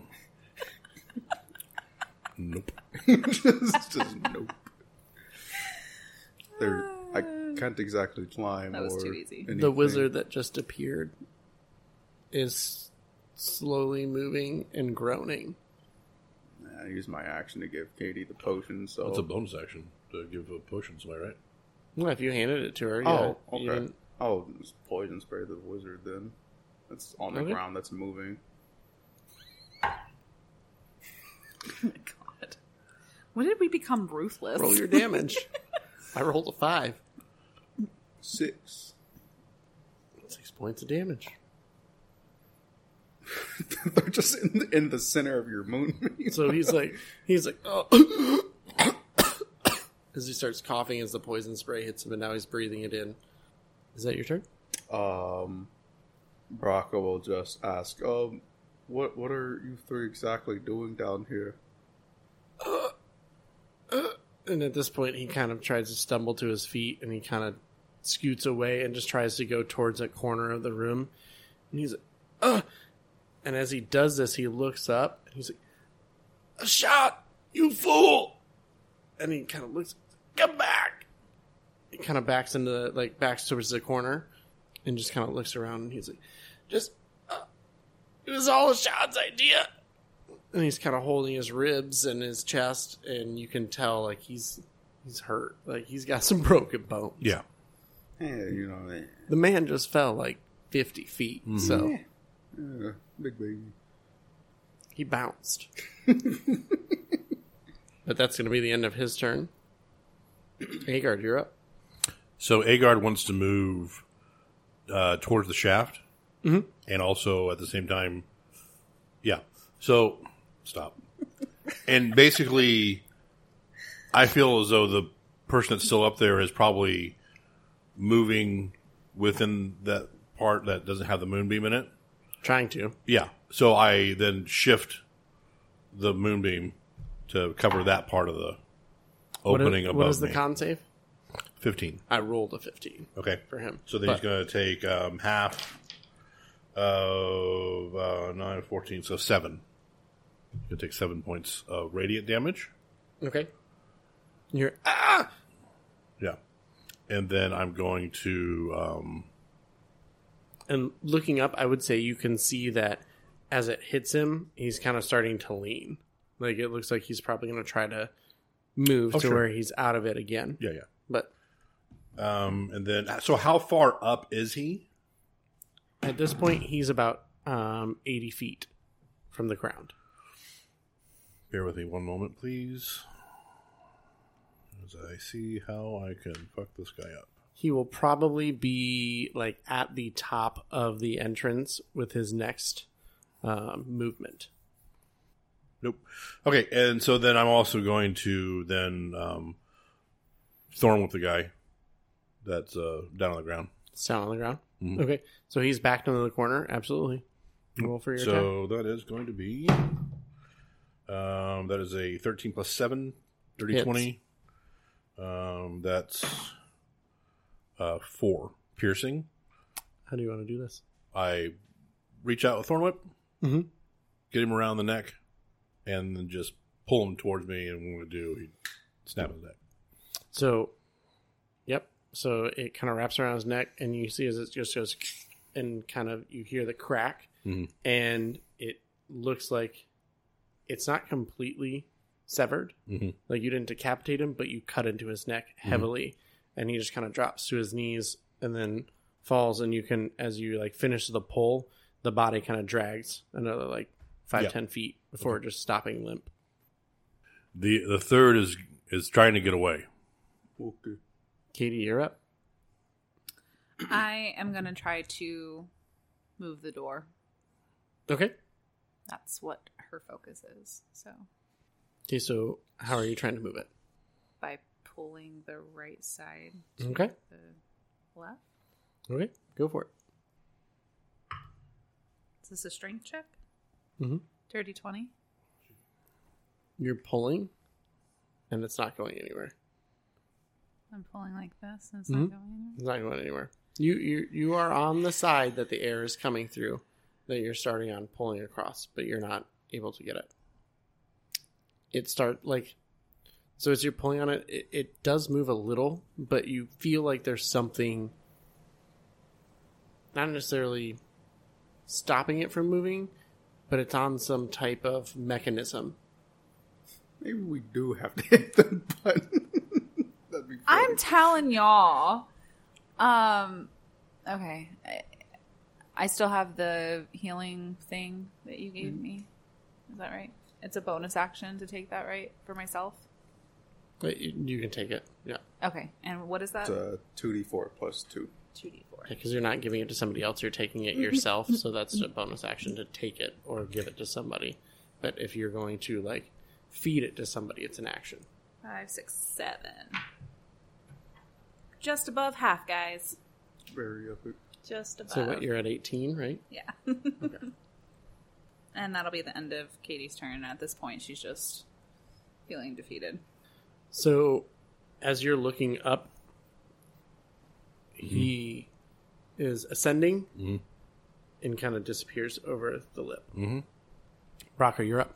[SPEAKER 2] Nope.
[SPEAKER 4] just, just nope. There, I can't exactly climb.
[SPEAKER 3] That was
[SPEAKER 4] or
[SPEAKER 3] too easy. The
[SPEAKER 1] The
[SPEAKER 4] anything.
[SPEAKER 1] wizard that just appeared is slowly moving and groaning.
[SPEAKER 4] I used my action to give Katie the potion, so
[SPEAKER 2] That's a bonus action to give a potion, am I right?
[SPEAKER 1] Well, if you handed it to her, yeah,
[SPEAKER 4] oh,
[SPEAKER 1] you
[SPEAKER 4] okay.
[SPEAKER 1] didn't-
[SPEAKER 4] Oh, it's poison spray the wizard. Then that's on the
[SPEAKER 1] Okay.
[SPEAKER 4] ground. That's moving.
[SPEAKER 3] Oh my god. When did we become ruthless?
[SPEAKER 1] roll your damage. I rolled a five.
[SPEAKER 4] Six.
[SPEAKER 1] Six points of damage.
[SPEAKER 4] They're just in the, in the center of your moon.
[SPEAKER 1] So he's like, he's like, oh. as he starts coughing as the poison spray hits him, and now he's breathing it in. Is that your turn?
[SPEAKER 4] um, Braca will just ask, um, what what are you three exactly doing down here?
[SPEAKER 1] And at this point, he kind of tries to stumble to his feet, and he kind of scoots away and just tries to go towards a corner of the room. And he's like, Ugh! and as he does this, he looks up and he's like, "A shot, you fool!" And he kind of looks, "Come back!" He kind of backs into the, like backs towards the corner, and just kind of looks around. And he's like, "Just, uh, it was all a shot's idea." and he's kind of holding his ribs and his chest, and you can tell like he's he's hurt, like he's got some broken bones.
[SPEAKER 2] Yeah.
[SPEAKER 4] Eh, you know. eh.
[SPEAKER 1] the man just fell like fifty feet, so
[SPEAKER 4] Yeah, eh, big baby.
[SPEAKER 1] he bounced. but that's going to be the end of his turn. Agard, you're up.
[SPEAKER 2] So Agard wants to move uh, towards the shaft,
[SPEAKER 1] Mm-hmm.
[SPEAKER 2] and also at the same time, yeah. So stop. and basically, I feel as though the person that's still up there is probably moving within that part that doesn't have the moonbeam in it.
[SPEAKER 1] Trying to.
[SPEAKER 2] Yeah. So I then shift the moonbeam to cover that part of the
[SPEAKER 1] What is-
[SPEAKER 2] opening above
[SPEAKER 1] what is the
[SPEAKER 2] me.
[SPEAKER 1] con save?
[SPEAKER 2] Fifteen.
[SPEAKER 1] I rolled a fifteen
[SPEAKER 2] Okay.
[SPEAKER 1] for him.
[SPEAKER 2] So then
[SPEAKER 1] But
[SPEAKER 2] he's going to take um, half of uh, 9, 14, so 7. He's going to take 7 points of radiant damage.
[SPEAKER 1] okay. You're
[SPEAKER 2] Yeah. And then I'm going to. Um,
[SPEAKER 1] and looking up, I would say you can see that as it hits him, he's kind of starting to lean. Like it looks like he's probably going to try to move
[SPEAKER 2] Oh,
[SPEAKER 1] to
[SPEAKER 2] sure.
[SPEAKER 1] where he's out of it again.
[SPEAKER 2] yeah, yeah.
[SPEAKER 1] But
[SPEAKER 2] Um, and then. So how far up is he?
[SPEAKER 1] at this point, he's about um, 80 feet from the ground.
[SPEAKER 2] Bear with me one moment, please. As I see how I can fuck this guy up.
[SPEAKER 1] He will probably be like at the top of the entrance with his next um, movement.
[SPEAKER 2] Nope. Okay, and so then I'm also going to then um, thorn with the guy that's uh, down on the ground.
[SPEAKER 1] It's down on the ground.
[SPEAKER 2] Mhm.
[SPEAKER 1] Okay, so he's backed into the corner. Absolutely. Roll for your attack.
[SPEAKER 2] So that is going to be um, that is a 13 plus 7, 30
[SPEAKER 1] Hits.
[SPEAKER 2] 20. Um, that's uh, 4 piercing.
[SPEAKER 1] How do you want to do this?
[SPEAKER 2] I reach out with thorn whip,
[SPEAKER 1] Mhm.
[SPEAKER 2] get him around the neck, and then just pull him towards me. And what I'm going to do, he snap his neck.
[SPEAKER 1] So, yep. So it kind of wraps around his neck, and you see as it just goes, and kind of you hear the crack,
[SPEAKER 2] Mhm.
[SPEAKER 1] and it looks like it's not completely severed.
[SPEAKER 2] Mhm.
[SPEAKER 1] Like you didn't decapitate him, but you cut into his neck heavily, and he just kind of drops to his knees and then falls. And you can, as you like finish the pull, the body kind of drags another like five ten
[SPEAKER 2] Yeah.
[SPEAKER 1] feet before just stopping limp.
[SPEAKER 2] The the third is is trying to get away.
[SPEAKER 4] Okay.
[SPEAKER 1] Katie, you're up.
[SPEAKER 3] I am gonna try to move the door.
[SPEAKER 1] Okay.
[SPEAKER 3] That's what her focus is. So
[SPEAKER 1] Okay. So how are you trying to move it?
[SPEAKER 3] by pulling the right side to
[SPEAKER 1] Okay.
[SPEAKER 3] the left.
[SPEAKER 1] Okay, go for it.
[SPEAKER 3] Is this a strength check?
[SPEAKER 1] Mhm.
[SPEAKER 3] Dirty twenty.
[SPEAKER 1] You're pulling, and it's not going anywhere.
[SPEAKER 3] I'm pulling like this and it's
[SPEAKER 1] Mhm.
[SPEAKER 3] not
[SPEAKER 4] Mm-hmm.
[SPEAKER 3] going anywhere.
[SPEAKER 1] It's not going anywhere. You you you are on the side that the air is coming through, that you're starting on pulling across, but you're not able to get it. It start like, so as you're pulling on it, it, it does move a little, but you feel like there's something, not necessarily stopping it from moving, but it's on some type of mechanism.
[SPEAKER 4] Maybe we do have to hit the button. That'd be fun.
[SPEAKER 3] I'm telling y'all. Um okay. I, I still have the healing thing that you gave me. Is that right? It's a bonus action to take that right for myself.
[SPEAKER 1] But you, you can take it, yeah.
[SPEAKER 3] Okay. And what is that?
[SPEAKER 4] It's uh, a 2d4 plus 2.
[SPEAKER 3] 2d4.
[SPEAKER 1] Because you're not giving it to somebody else, you're taking it yourself. so that's a bonus action to take it or give it to somebody. But if you're going to like feed it to somebody, it's an action.
[SPEAKER 3] Five, six, seven. Just above half, guys.
[SPEAKER 4] Very up it.
[SPEAKER 3] Just above.
[SPEAKER 1] So what? You're at 18, right?
[SPEAKER 3] yeah. And that'll be the end of Katie's turn. At this point, she's just feeling defeated.
[SPEAKER 1] So as you're looking up, he is ascending and kind of disappears over the lip.
[SPEAKER 2] Mhm.
[SPEAKER 1] Rocker, you're up.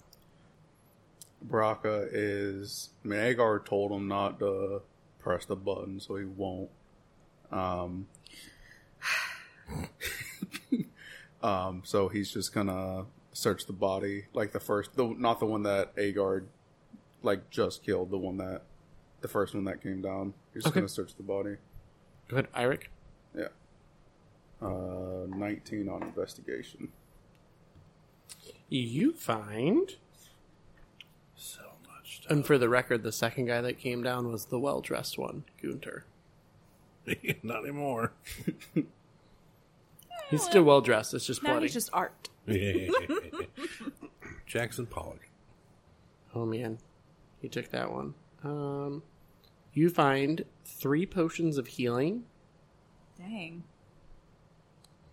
[SPEAKER 4] Braca is. I mean, Agar told him not to press the button, so he won't. Um, um, so he's just gonna search the body, like the first, the, not the one that Agar, like just killed, the one that, the first one that came down. He's just
[SPEAKER 1] Okay.
[SPEAKER 4] gonna search the body.
[SPEAKER 1] Go ahead, Eirik.
[SPEAKER 4] Yeah. Uh, nineteen on investigation.
[SPEAKER 1] You find
[SPEAKER 2] So much.
[SPEAKER 1] And for the record, the second guy that came down was the well dressed one, Gunter.
[SPEAKER 2] Not anymore.
[SPEAKER 1] He's still well dressed, it's just
[SPEAKER 3] Oh, Now
[SPEAKER 1] bloody.
[SPEAKER 3] he's just art.
[SPEAKER 2] Jackson Pollock.
[SPEAKER 1] Oh man, he took that one. Um, you find three potions of healing
[SPEAKER 3] Dang.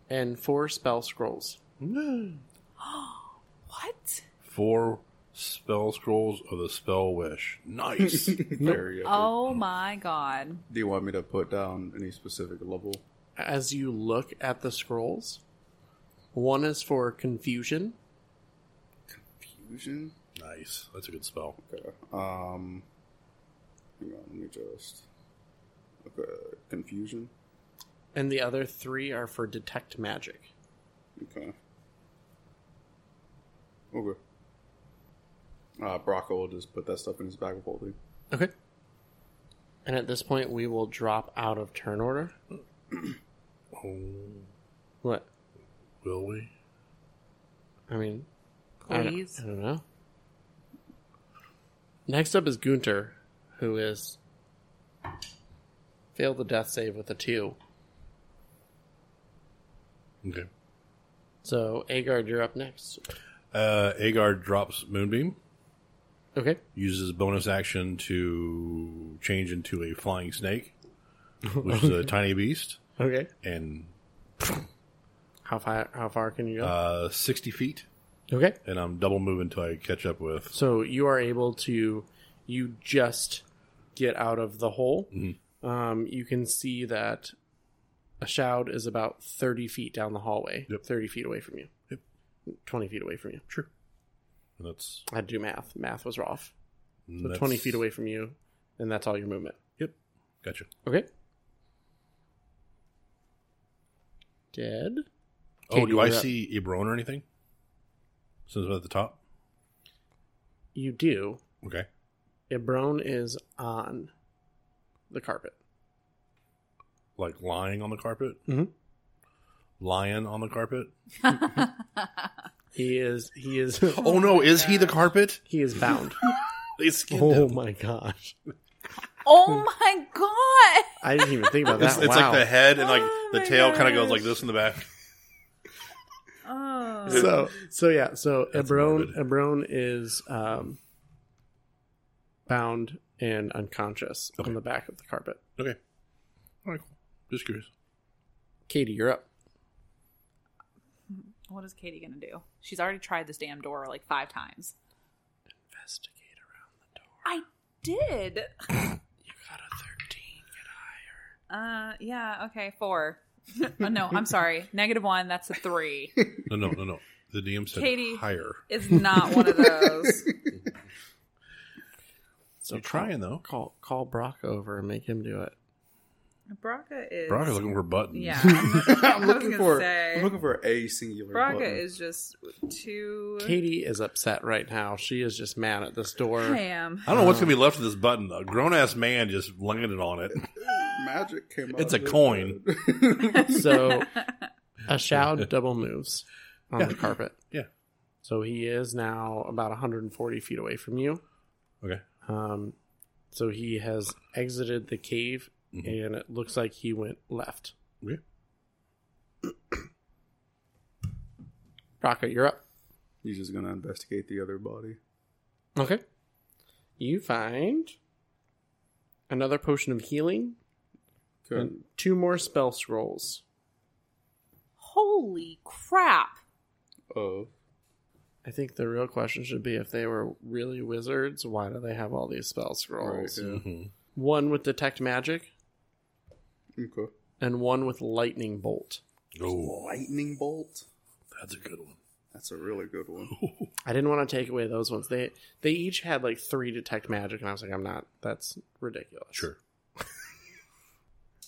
[SPEAKER 1] and four spell scrolls.
[SPEAKER 3] What?
[SPEAKER 2] Four spell scrolls of the spell wish. Nice.
[SPEAKER 4] Very up it.
[SPEAKER 3] Oh my god.
[SPEAKER 4] Do you want me to put down any specific level?
[SPEAKER 1] As you look at the scrolls, one is for confusion,
[SPEAKER 4] Fusion.
[SPEAKER 2] nice. That's a good spell.
[SPEAKER 4] Okay. Um, hang on, let me just. Okay, confusion.
[SPEAKER 1] and the other three are for detect magic.
[SPEAKER 4] Okay. Okay. Uh, Brock will just put that stuff in his bag of holding.
[SPEAKER 1] Okay. And at this point, we will drop out of turn order.
[SPEAKER 2] Oh,
[SPEAKER 1] What?
[SPEAKER 2] will we?
[SPEAKER 1] I mean, I don't-
[SPEAKER 3] Please.
[SPEAKER 1] I don't know. Next up is Gunter, who is failed the death save with a two.
[SPEAKER 2] Okay.
[SPEAKER 1] So Agard, you're up next.
[SPEAKER 2] Uh, Agar drops Moonbeam,
[SPEAKER 1] Okay.
[SPEAKER 2] uses bonus action to change into a flying snake, which is a tiny beast,
[SPEAKER 1] Okay.
[SPEAKER 2] and
[SPEAKER 1] How far? How far can you go?
[SPEAKER 2] uh, 60 feet.
[SPEAKER 1] okay.
[SPEAKER 2] And I'm double moving until I catch up with.
[SPEAKER 1] So you are able to, you just get out of the hole.
[SPEAKER 2] Mm-hmm.
[SPEAKER 1] Um, you can see that a shout is about 30 feet down the hallway,
[SPEAKER 2] Yep.
[SPEAKER 1] 30 feet away from you.
[SPEAKER 2] Yep.
[SPEAKER 1] 20 feet away from you. Sure.
[SPEAKER 2] And that's,
[SPEAKER 1] I had to do math. Math was off. So
[SPEAKER 2] that's-
[SPEAKER 1] 20 feet away from you, and that's all your movement.
[SPEAKER 2] Yep. Gotcha.
[SPEAKER 1] Okay. Dead.
[SPEAKER 2] oh,
[SPEAKER 1] Katie,
[SPEAKER 2] do I
[SPEAKER 1] you're up.
[SPEAKER 2] see Ebron or anything? Since we're at the top?
[SPEAKER 1] You do.
[SPEAKER 2] Okay.
[SPEAKER 1] Ibrone is on the carpet.
[SPEAKER 2] Like lying on the carpet?
[SPEAKER 1] Mhm.
[SPEAKER 2] Lion on the carpet?
[SPEAKER 1] He is. He is.
[SPEAKER 2] Oh no, is he the carpet?
[SPEAKER 1] he is bound.
[SPEAKER 2] They skinned
[SPEAKER 1] oh
[SPEAKER 2] him.
[SPEAKER 1] my gosh.
[SPEAKER 3] Oh my god!
[SPEAKER 1] I didn't even think about that.
[SPEAKER 2] It's, it's
[SPEAKER 1] wow.
[SPEAKER 2] like the head and like
[SPEAKER 3] Oh
[SPEAKER 2] the
[SPEAKER 3] my
[SPEAKER 2] tail kind of goes
[SPEAKER 3] gosh.
[SPEAKER 2] like this in the back.
[SPEAKER 3] Oh.
[SPEAKER 1] so so yeah. So
[SPEAKER 2] That's
[SPEAKER 1] Ebron
[SPEAKER 2] morbid.
[SPEAKER 1] Ebron is um, bound and unconscious
[SPEAKER 2] Okay.
[SPEAKER 1] on the back of the carpet.
[SPEAKER 2] Okay. All right, cool. Just curious.
[SPEAKER 1] Katie, you're up.
[SPEAKER 3] What is Katie gonna do? She's already tried this damn door like five times.
[SPEAKER 1] Investigate around the door.
[SPEAKER 3] I did.
[SPEAKER 1] You got a thirteen.
[SPEAKER 3] Uh, yeah. Okay, four. oh, no, I'm sorry. Negative one. That's a three.
[SPEAKER 2] No, no, no, no. The DM said
[SPEAKER 3] Katie.
[SPEAKER 2] higher.
[SPEAKER 3] It's not one of those.
[SPEAKER 1] So
[SPEAKER 2] You're trying though.
[SPEAKER 1] Call call Brock over and make him do it.
[SPEAKER 3] Braca is.
[SPEAKER 2] Brock is looking for buttons.
[SPEAKER 3] Yeah.
[SPEAKER 4] I'm
[SPEAKER 3] was
[SPEAKER 4] looking
[SPEAKER 3] gonna
[SPEAKER 4] for
[SPEAKER 3] say-
[SPEAKER 4] I'm looking for a singular. button.
[SPEAKER 3] Braca is just too.
[SPEAKER 1] Katie is upset right now. She is just mad at this
[SPEAKER 3] I
[SPEAKER 1] door.
[SPEAKER 3] am.
[SPEAKER 2] I don't know what's gonna be left of this button. A grown ass man just landed on it.
[SPEAKER 4] magic came out.
[SPEAKER 2] It's
[SPEAKER 4] of
[SPEAKER 2] a
[SPEAKER 4] it.
[SPEAKER 2] coin.
[SPEAKER 1] So a shout double moves on the carpet.
[SPEAKER 2] Yeah.
[SPEAKER 1] So he is now about 140 feet away from you.
[SPEAKER 2] Okay.
[SPEAKER 1] Um, so he has exited the cave,
[SPEAKER 2] Mhm.
[SPEAKER 1] and it looks like he went left.
[SPEAKER 2] Okay.
[SPEAKER 1] Rocket, you're up.
[SPEAKER 4] He's just gonna investigate the other body.
[SPEAKER 1] Okay. You find another potion of healing
[SPEAKER 2] Hmm.
[SPEAKER 4] Okay.
[SPEAKER 1] and two more spell scrolls.
[SPEAKER 3] Holy crap!
[SPEAKER 4] Of
[SPEAKER 1] I think the real question should be if they were really wizards, why do they have all these spell scrolls?
[SPEAKER 4] Right,
[SPEAKER 2] Mhm.
[SPEAKER 1] One with detect magic
[SPEAKER 4] okay.
[SPEAKER 1] and one with lightning bolt.
[SPEAKER 2] Oh,
[SPEAKER 4] lightning bolt.
[SPEAKER 2] that's a good one.
[SPEAKER 4] That's a really good one.
[SPEAKER 1] I didn't want to take away those ones. They they each had like three detect magic, and I was like, I'm not. That's ridiculous.
[SPEAKER 2] Sure.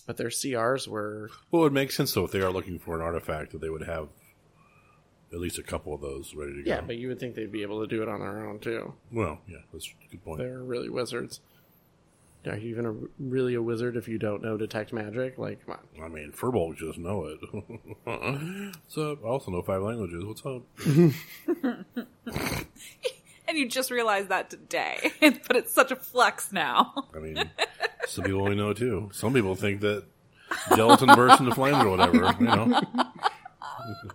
[SPEAKER 1] But their CRs were
[SPEAKER 2] Well, it makes sense though if they are looking for an artifact that they would have at least a couple of those ready to go.
[SPEAKER 1] yeah. but you would think they'd be able to do it on their own too.
[SPEAKER 2] well, yeah, that's a good point.
[SPEAKER 1] They're really wizards. Are you even a, really a wizard if you don't know detect magic? Like, come on.
[SPEAKER 2] I mean, Furbolg just know it. What's up? I also know five languages. What's up?
[SPEAKER 3] And you just realized that today, but it's such a flex now.
[SPEAKER 2] I mean, some people only know too. Some people think that gelatin bursts into flames or whatever. You know,
[SPEAKER 1] Oh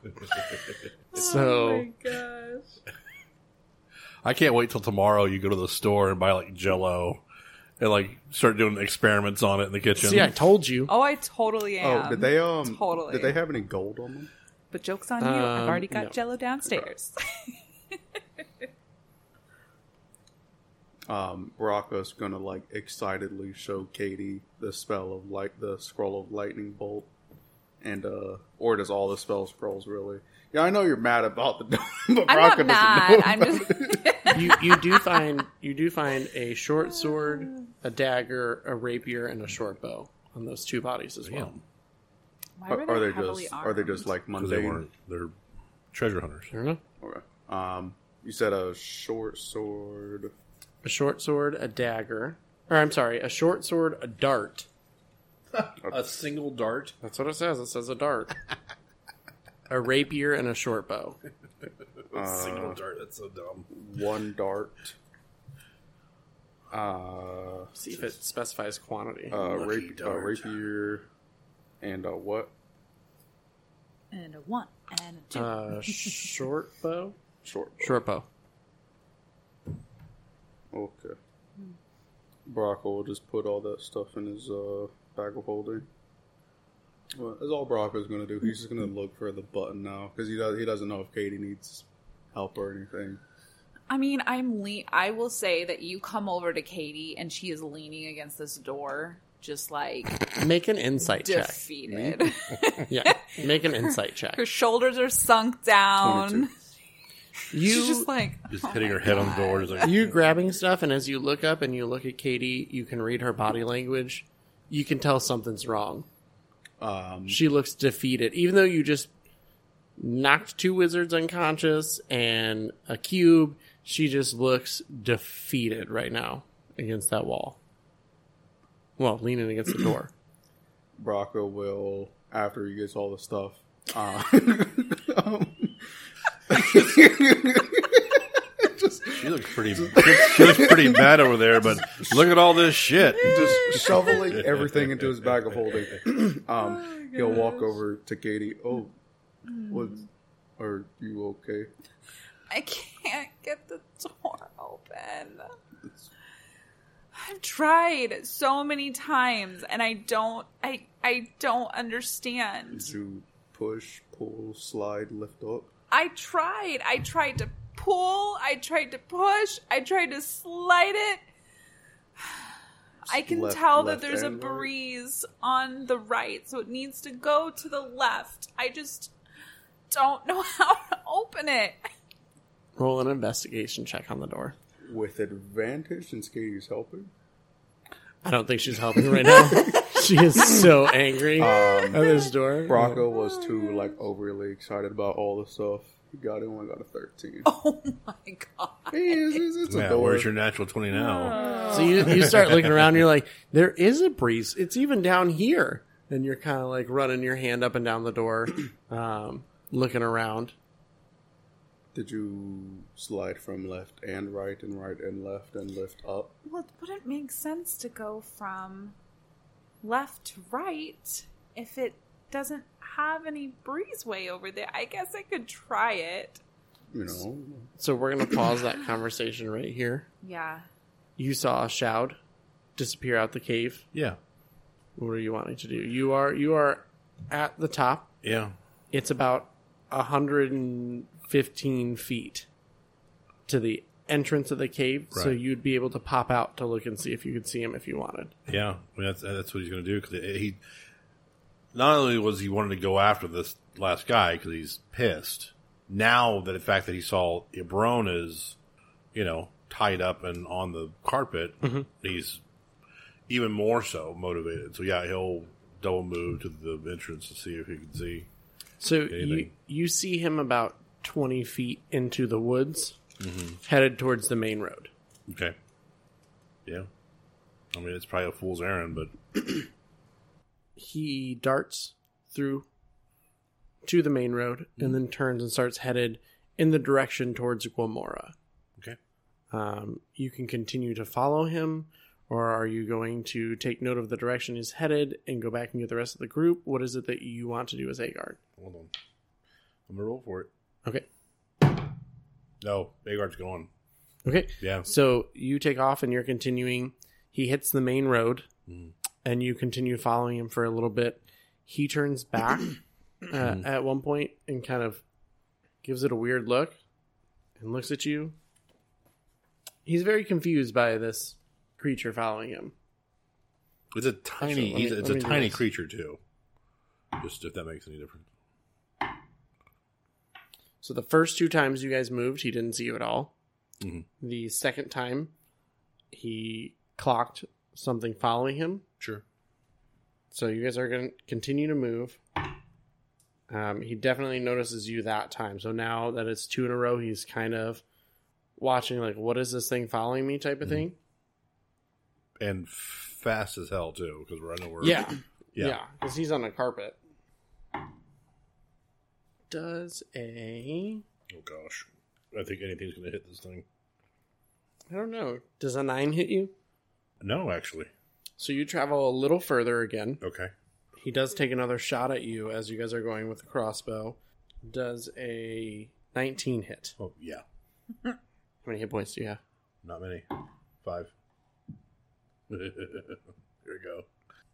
[SPEAKER 1] So
[SPEAKER 3] gosh!
[SPEAKER 2] I can't wait till tomorrow. You go to the store and buy like Jello, and like start doing experiments on it in the kitchen.
[SPEAKER 1] see, I told you.
[SPEAKER 3] Oh, I totally am.
[SPEAKER 4] Oh, did they um?
[SPEAKER 3] totally.
[SPEAKER 4] Did they have any gold on them?
[SPEAKER 3] But jokes on you. I've
[SPEAKER 1] Um,
[SPEAKER 3] already got
[SPEAKER 1] no.
[SPEAKER 3] Jello downstairs.
[SPEAKER 4] Um, Baraka's gonna like excitedly show Katie the spell of like the scroll of lightning bolt, and uh, or does all the spell scrolls really? Yeah, I know you're mad about the,
[SPEAKER 3] I'm
[SPEAKER 4] but Baraka
[SPEAKER 3] not mad.
[SPEAKER 4] doesn't know.
[SPEAKER 3] I'm
[SPEAKER 4] about
[SPEAKER 3] just.
[SPEAKER 1] you you do find you do find a short sword, a dagger, a rapier, and a short bow on those two bodies as well.
[SPEAKER 2] Damn,
[SPEAKER 3] Why
[SPEAKER 4] Are, are they
[SPEAKER 3] heavily
[SPEAKER 4] just are they just
[SPEAKER 3] armed?
[SPEAKER 4] like
[SPEAKER 2] 'cause they
[SPEAKER 4] mundane?
[SPEAKER 2] weren't. They're treasure hunters.
[SPEAKER 1] I don't know.
[SPEAKER 4] Okay. Um, you said a short sword.
[SPEAKER 1] A short sword, a dagger, or I'm sorry, a short sword, a dart.
[SPEAKER 2] A single dart.
[SPEAKER 1] That's what it says. It says a dart, a rapier, and a short bow.
[SPEAKER 2] A single dart. That's so dumb.
[SPEAKER 4] One dart. Uh,
[SPEAKER 5] See if it specifies quantity.
[SPEAKER 4] uh,
[SPEAKER 2] Lucky
[SPEAKER 4] rape, uh
[SPEAKER 2] dart.
[SPEAKER 4] rapier, and uh, what?
[SPEAKER 3] And a one and a two.
[SPEAKER 5] Uh, short bow.
[SPEAKER 4] Short.
[SPEAKER 1] Short bow.
[SPEAKER 4] Okay. Brock will just put all that stuff in his uh, bag of holding. Well, that's all Brock is going to do. He's just going to look for the button now because he does. He doesn't know if Katie needs help or anything.
[SPEAKER 3] I mean, I'm le- I will say that you come over to Katie and she is leaning against this door, just like
[SPEAKER 1] Make an insight
[SPEAKER 3] defeated.
[SPEAKER 1] check. Yeah. Make an insight check.
[SPEAKER 3] Her shoulders are sunk down.
[SPEAKER 4] 22.
[SPEAKER 1] You
[SPEAKER 3] She's just like
[SPEAKER 2] Just hitting her head on the door. It's like,
[SPEAKER 1] you grabbing stuff and as you look up and you look at Katie, you can read her body language. You can tell something's wrong.
[SPEAKER 4] Um,
[SPEAKER 1] She looks defeated even though you just knocked two wizards unconscious and a cube. She just looks defeated right now against that wall. Well, leaning against the door.
[SPEAKER 4] Brocco will after he gets all the stuff. Uh, um,
[SPEAKER 2] she looks pretty. She looks pretty bad over there. But look at all this shit.
[SPEAKER 4] just shoveling everything into his bag of holding. Um, he'll walk over to Katie. Oh, what? Are you okay?
[SPEAKER 3] I can't get the door open. I've tried so many times and I don't I I don't understand.
[SPEAKER 4] Did you push, pull, slide, lift up?
[SPEAKER 3] I tried. I tried to pull, I tried to push, I tried to slide it. I can
[SPEAKER 4] Left-
[SPEAKER 3] tell that
[SPEAKER 4] left
[SPEAKER 3] there's a
[SPEAKER 4] and right.
[SPEAKER 3] breeze on the right, so it needs to go to the left. I just don't know how to open it.
[SPEAKER 1] Roll an investigation check on the door.
[SPEAKER 4] with advantage since Katie's helping.
[SPEAKER 1] I don't think she's helping right now. she is so angry
[SPEAKER 4] Uh,
[SPEAKER 1] at this door.
[SPEAKER 4] Brocco Um, was too like overly excited about all the stuff. He got it when I got a thirteen.
[SPEAKER 3] Oh my god.
[SPEAKER 4] Hey, it's, it's, it's a
[SPEAKER 2] Yeah,
[SPEAKER 4] door.
[SPEAKER 2] where's your natural twenty now?
[SPEAKER 1] So you, you start looking around and you're like, there is a breeze. It's even down here. And you're kind of like running your hand up and down the door, um, looking around.
[SPEAKER 4] Did you slide from left and right and right and left and lift up?
[SPEAKER 3] Well, it wouldn't make sense to go from left to right if it doesn't have any breezeway over there. I guess I could try it.
[SPEAKER 4] You know,
[SPEAKER 1] So we're going to pause that conversation right here.
[SPEAKER 3] Yeah.
[SPEAKER 1] You saw a shout disappear out the cave.
[SPEAKER 2] Yeah,
[SPEAKER 1] What are you wanting to do? You are you are at the top.
[SPEAKER 2] yeah.
[SPEAKER 1] It's about 115 feet to the entrance of the cave, so
[SPEAKER 2] Right.
[SPEAKER 1] you'd be able to pop out to look and see if you could see him if you wanted.
[SPEAKER 2] Yeah, I mean, that's that's what he's going to do because he not only was he wanting to go after this last guy because he's pissed now that the fact that he saw Ibron is you know tied up and on the carpet,
[SPEAKER 4] Mm-hmm.
[SPEAKER 2] he's even more so motivated. So yeah, he'll double move to the entrance to see if he can see.
[SPEAKER 1] So you
[SPEAKER 2] Anything.
[SPEAKER 1] you see him about twenty feet into the woods, headed towards the main road.
[SPEAKER 2] Okay, yeah. I mean, it's probably a fool's errand, but
[SPEAKER 1] He darts through to the main road and then turns and starts headed in the direction towards Guamora.
[SPEAKER 2] okay.
[SPEAKER 1] Um, you can continue to follow him, or are you going to take note of the direction he's headed and go back and get the rest of the group? What is it that you want to do as Agard?
[SPEAKER 2] Hold on, I'm gonna roll for it.
[SPEAKER 1] Okay.
[SPEAKER 2] No, Agard's gone.
[SPEAKER 1] Okay.
[SPEAKER 2] Yeah.
[SPEAKER 1] So you take off and you're continuing. He hits the main road, and you continue following him for a little bit. He turns back uh, at one point and kind of gives it a weird look and looks at you. He's very confused by this creature following him.
[SPEAKER 2] It's a tiny.
[SPEAKER 1] Actually, let me-
[SPEAKER 2] he's- it's
[SPEAKER 1] let me
[SPEAKER 2] a
[SPEAKER 1] do
[SPEAKER 2] tiny
[SPEAKER 1] this.
[SPEAKER 2] creature too. Just if that makes any difference.
[SPEAKER 1] So the first two times you guys moved, he didn't see you at all.
[SPEAKER 2] Mhm.
[SPEAKER 1] The second time, he clocked something following him.
[SPEAKER 2] Sure.
[SPEAKER 1] So you guys are going to continue to move. Um, he definitely notices you that time. So now that it's two in a row, he's kind of watching, like, what is this thing following me type of
[SPEAKER 2] Mm-hmm.
[SPEAKER 1] thing?
[SPEAKER 2] And fast as hell too, because we're I know we're
[SPEAKER 1] Yeah.
[SPEAKER 2] Yeah.
[SPEAKER 1] Yeah. Because he's on a carpet. Does a
[SPEAKER 2] Oh gosh, I think anything's going to hit this thing.
[SPEAKER 1] I don't know. Does a nine hit you?
[SPEAKER 2] No, actually.
[SPEAKER 1] So you travel a little further again.
[SPEAKER 2] Okay.
[SPEAKER 1] He does take another shot at you as you guys are going with the crossbow. Does a 19 hit?
[SPEAKER 2] Oh yeah,
[SPEAKER 1] How many hit points do you have?
[SPEAKER 2] not many. Five. Here we go.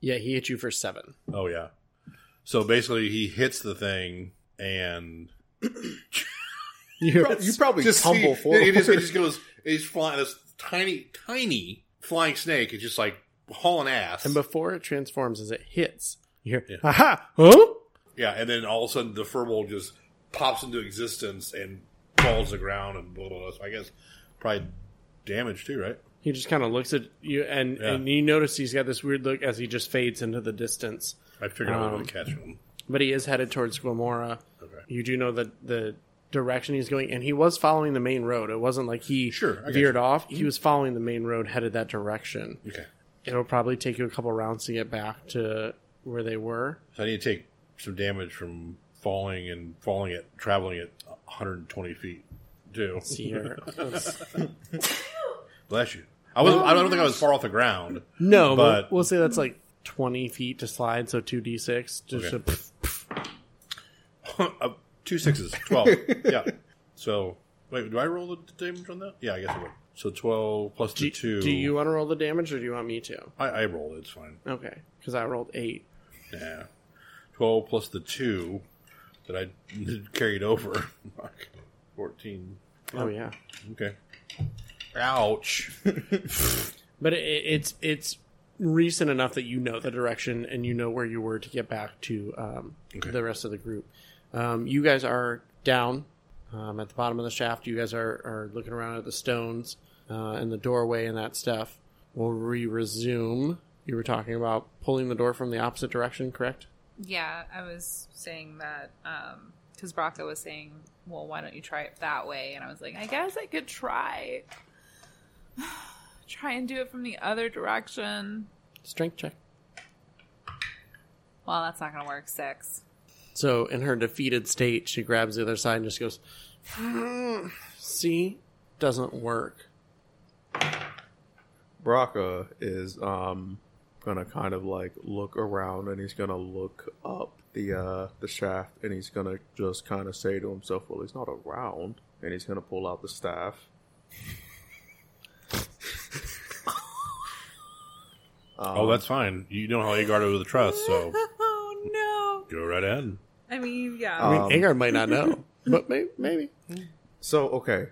[SPEAKER 1] Yeah, he hit you for seven.
[SPEAKER 2] Oh yeah. So basically, he hits the thing and
[SPEAKER 1] You,
[SPEAKER 4] you probably tumble
[SPEAKER 2] see-
[SPEAKER 4] forward.
[SPEAKER 2] It just, it just goes. It's flying. This tiny, tiny flying snake is just like hauling ass.
[SPEAKER 1] and before it transforms, as it hits, you hear,
[SPEAKER 2] Yeah.
[SPEAKER 1] aha, huh?
[SPEAKER 2] yeah, and then all of a sudden, the furball just pops into existence and falls to the ground and blah blah. blah. So I guess probably damage too, right?
[SPEAKER 1] He just kind of looks at you, and,
[SPEAKER 2] Yeah.
[SPEAKER 1] and you notice he's got this weird look as he just fades into the distance.
[SPEAKER 2] I figured I
[SPEAKER 1] Um,
[SPEAKER 2] was going to catch him.
[SPEAKER 1] But he is headed towards Gomorrah.
[SPEAKER 2] Okay.
[SPEAKER 1] You do know that the direction he's going, and he was following the main road. It wasn't like he
[SPEAKER 2] Sure, I got
[SPEAKER 1] veered
[SPEAKER 2] you. Mm-hmm.
[SPEAKER 1] off. He was following the main road, headed that direction.
[SPEAKER 2] Okay.
[SPEAKER 1] It'll probably take you a couple rounds to get back to where they were.
[SPEAKER 2] So I need to take some damage from falling and falling it, traveling at 120 feet too.
[SPEAKER 1] Here.
[SPEAKER 2] Bless you. I was. I don't think I was far off the ground.
[SPEAKER 1] no, but
[SPEAKER 2] But-
[SPEAKER 1] we'll say that's like twenty feet to slide, so two d six. Just
[SPEAKER 2] Okay.
[SPEAKER 1] a pff,
[SPEAKER 2] Uh, two sixes, twelve. yeah. So wait, do I roll the damage on that? Yeah, I guess I would. So twelve plus the
[SPEAKER 1] do,
[SPEAKER 2] two.
[SPEAKER 1] do you want to roll the damage, or do you want me to?
[SPEAKER 2] I, I rolled. it, It's fine.
[SPEAKER 1] Okay, because I rolled eight.
[SPEAKER 2] Yeah. Twelve plus the two that I carried over. Fourteen.
[SPEAKER 1] Oh yeah,
[SPEAKER 2] Okay. Ouch.
[SPEAKER 1] but it, it- it's it's recent enough that you know the direction and you know where you were to get back to um,
[SPEAKER 2] Okay.
[SPEAKER 1] the rest of the group. Um, you guys are down um, at the bottom of the shaft. You guys are, are looking around at the stones uh, and the doorway and that stuff. We'll re resume. You were talking about pulling the door from the opposite direction, correct?
[SPEAKER 3] Yeah, I was saying that because Braca was saying, "Well, why don't you try it that way?" And I was like, "I guess I could try, try and do it from the other direction."
[SPEAKER 1] Strength check.
[SPEAKER 3] Well, that's not gonna work. Six.
[SPEAKER 1] So, in her defeated state, she grabs the other side and just goes, "Hmm, See, doesn't work.
[SPEAKER 4] Braca is um gonna kind of like look around and he's gonna look up the uh the shaft and he's gonna just kind of say to himself, "Well, he's not around," and he's gonna pull out the staff. Um,
[SPEAKER 2] oh, that's fine. You know how Agar over the trust, so
[SPEAKER 3] Oh
[SPEAKER 2] go right ahead.
[SPEAKER 3] no! I mean, yeah.
[SPEAKER 1] I mean,
[SPEAKER 4] Um,
[SPEAKER 1] Agar might not know, but maybe. maybe.
[SPEAKER 4] so okay.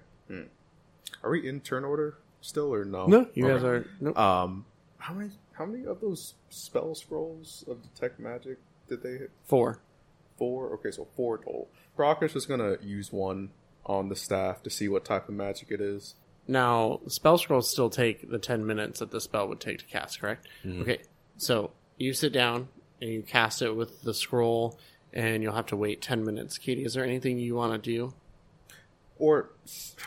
[SPEAKER 4] Are we in turn order still or no?
[SPEAKER 1] No, you guys
[SPEAKER 4] Okay.
[SPEAKER 1] are. No.
[SPEAKER 4] Um, how many how many of those spell scrolls of detect magic did they hit?
[SPEAKER 1] Four.
[SPEAKER 4] Four. Okay, so four total. Brockers is gonna use one on the staff to see what type of magic it is.
[SPEAKER 1] Now, spell scrolls still take the 10 minutes that the spell would take to cast, correct? Okay, so you sit down and you cast it with the scroll, and you'll have to wait 10 minutes. Katie, is there anything you want to do?
[SPEAKER 4] Or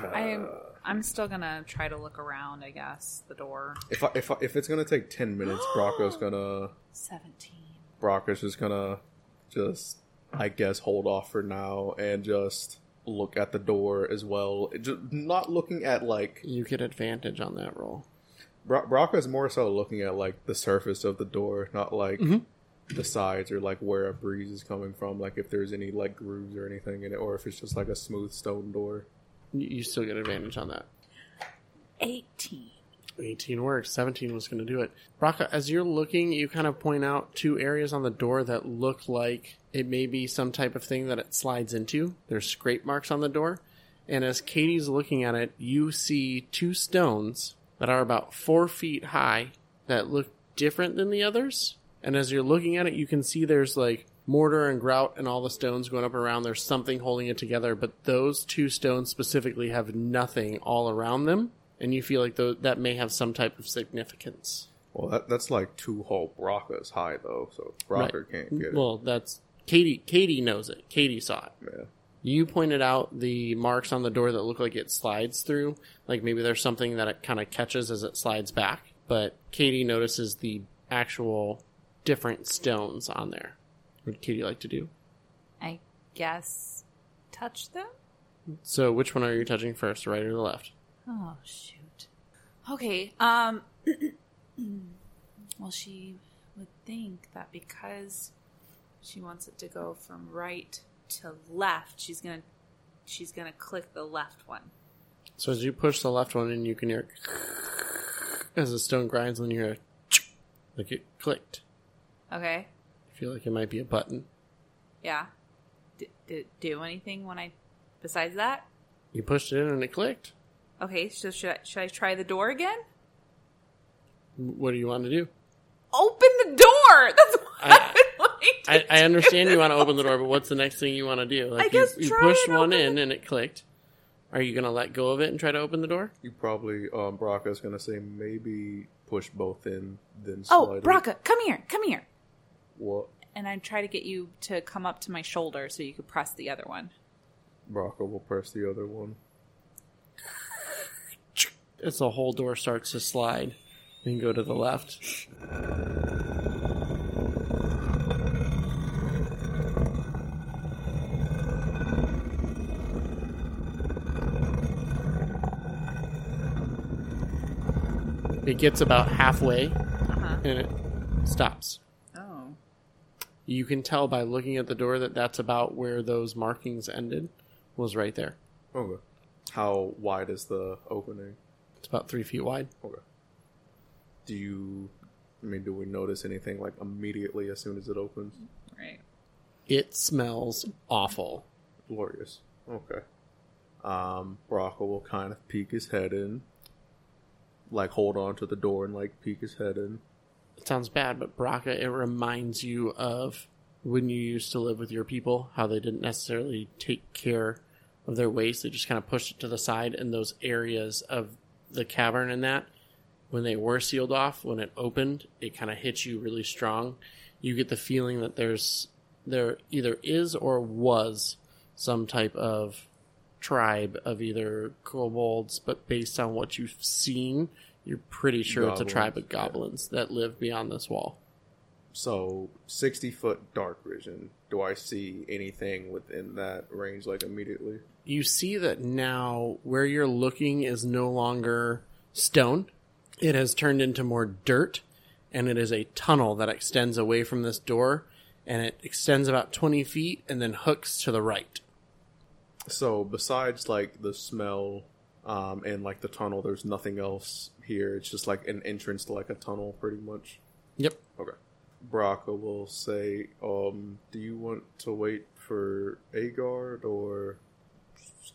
[SPEAKER 4] uh,
[SPEAKER 3] I'm I'm still gonna try to look around. I guess the door.
[SPEAKER 4] if I, if I, if it's gonna take ten minutes, Brocco's gonna
[SPEAKER 3] Seventeen.
[SPEAKER 4] Brockers is gonna just I guess hold off for now and just look at the door as well. It Just not looking at like
[SPEAKER 1] You get advantage on that roll.
[SPEAKER 4] Bro- Brock is more so looking at like the surface of the door, not like the sides or like where a breeze is coming from, like if there's any like grooves or anything in it, or if it's just like a smooth stone door.
[SPEAKER 1] You you still get advantage on that.
[SPEAKER 3] Eighteen.
[SPEAKER 1] 18 works. 17 was going to do it. Raka, as you're looking, you kind of point out two areas on the door that look like it may be some type of thing that it slides into. There's scrape marks on the door. And as Katie's looking at it, you see two stones that are about four feet high that look different than the others. And as you're looking at it, you can see there's like mortar and grout and all the stones going up around. There's something holding it together, but those two stones specifically have nothing all around them. And you feel like tho- that may have some type of significance.
[SPEAKER 4] Well, that, that's like two whole Brockas high though, so Brocker can't get it.
[SPEAKER 1] Well, that's Katie. Katie knows it. Katie saw it.
[SPEAKER 4] yeah.
[SPEAKER 1] You pointed out the marks on the door that look like it slides through. Like maybe there's something that it kind of catches as it slides back. But Katie notices the actual different stones on there. Would Katie like to do?
[SPEAKER 3] I guess touch them.
[SPEAKER 1] So which one are you touching first, right or the left?
[SPEAKER 3] Oh shoot. Okay. Um. well, she would think that because she wants it to go from right to left, she's gonna she's gonna click the left one.
[SPEAKER 1] So as you push the left one in, you can hear as the stone grinds, and you hear a like it clicked.
[SPEAKER 3] Okay.
[SPEAKER 1] I feel like it might be a button.
[SPEAKER 3] Yeah. Did it do anything when I besides that?
[SPEAKER 1] You pushed it in and it clicked.
[SPEAKER 3] Okay. So should I, should I try the door again?
[SPEAKER 1] What do you want to do?
[SPEAKER 3] Open the door. That's what
[SPEAKER 1] I-
[SPEAKER 3] I, would like to
[SPEAKER 1] I, I
[SPEAKER 3] do
[SPEAKER 1] understand you
[SPEAKER 3] this
[SPEAKER 1] want to
[SPEAKER 3] whole
[SPEAKER 1] open the door, but what's the next thing you want to do? Like
[SPEAKER 3] guess
[SPEAKER 1] you, you
[SPEAKER 3] try
[SPEAKER 1] pushed
[SPEAKER 3] and
[SPEAKER 1] one
[SPEAKER 3] open
[SPEAKER 1] in and it clicked. Are you gonna let go of it and try to open the door?
[SPEAKER 4] You probably um, Braca's gonna say maybe push both in, then slide
[SPEAKER 3] Oh,
[SPEAKER 4] it.
[SPEAKER 3] Braca, come here, come here.
[SPEAKER 4] What
[SPEAKER 3] And I try to get you to come up to my shoulder so you could press the other one.
[SPEAKER 4] Braca will press the other one.
[SPEAKER 1] As the whole door starts to slide and go to the left. It gets about halfway
[SPEAKER 3] Uh-huh.
[SPEAKER 1] and it stops.
[SPEAKER 3] Oh.
[SPEAKER 1] you can tell by looking at the door that that's about where those markings ended was right there
[SPEAKER 4] Okay. How wide is the opening?
[SPEAKER 1] it's about three feet wide
[SPEAKER 4] Okay. Do you? I mean, do we notice anything like immediately as soon as it opens?
[SPEAKER 3] Right.
[SPEAKER 1] it smells awful
[SPEAKER 4] Glorious. Okay. Um, Baraka will kind of peek his head in, like hold on to the door and like peek his head in.
[SPEAKER 1] it sounds bad but braca it reminds you of when you used to live with your people how they didn't necessarily take care of their waste they just kind of pushed it to the side and those areas of the cavern and that when they were sealed off when it opened it kind of hits you really strong you get the feeling that there's there either is or was some type of tribe of either kobolds but based on what you've seen you're pretty sure it's a tribe of goblins that live beyond this wall
[SPEAKER 4] So sixty foot dark vision. Do I see anything within that range like immediately?
[SPEAKER 1] you see that now where you're looking is no longer stone. It has turned into more dirt, and it is a tunnel that extends away from this door, and it extends about 20 feet and then hooks to the right.
[SPEAKER 4] So besides like the smell um, and like the tunnel, there's nothing else here. It's just like an entrance to like a tunnel, pretty much.
[SPEAKER 1] Yep.
[SPEAKER 4] Okay. Baraka will say, um, "Do you want to wait for Agard or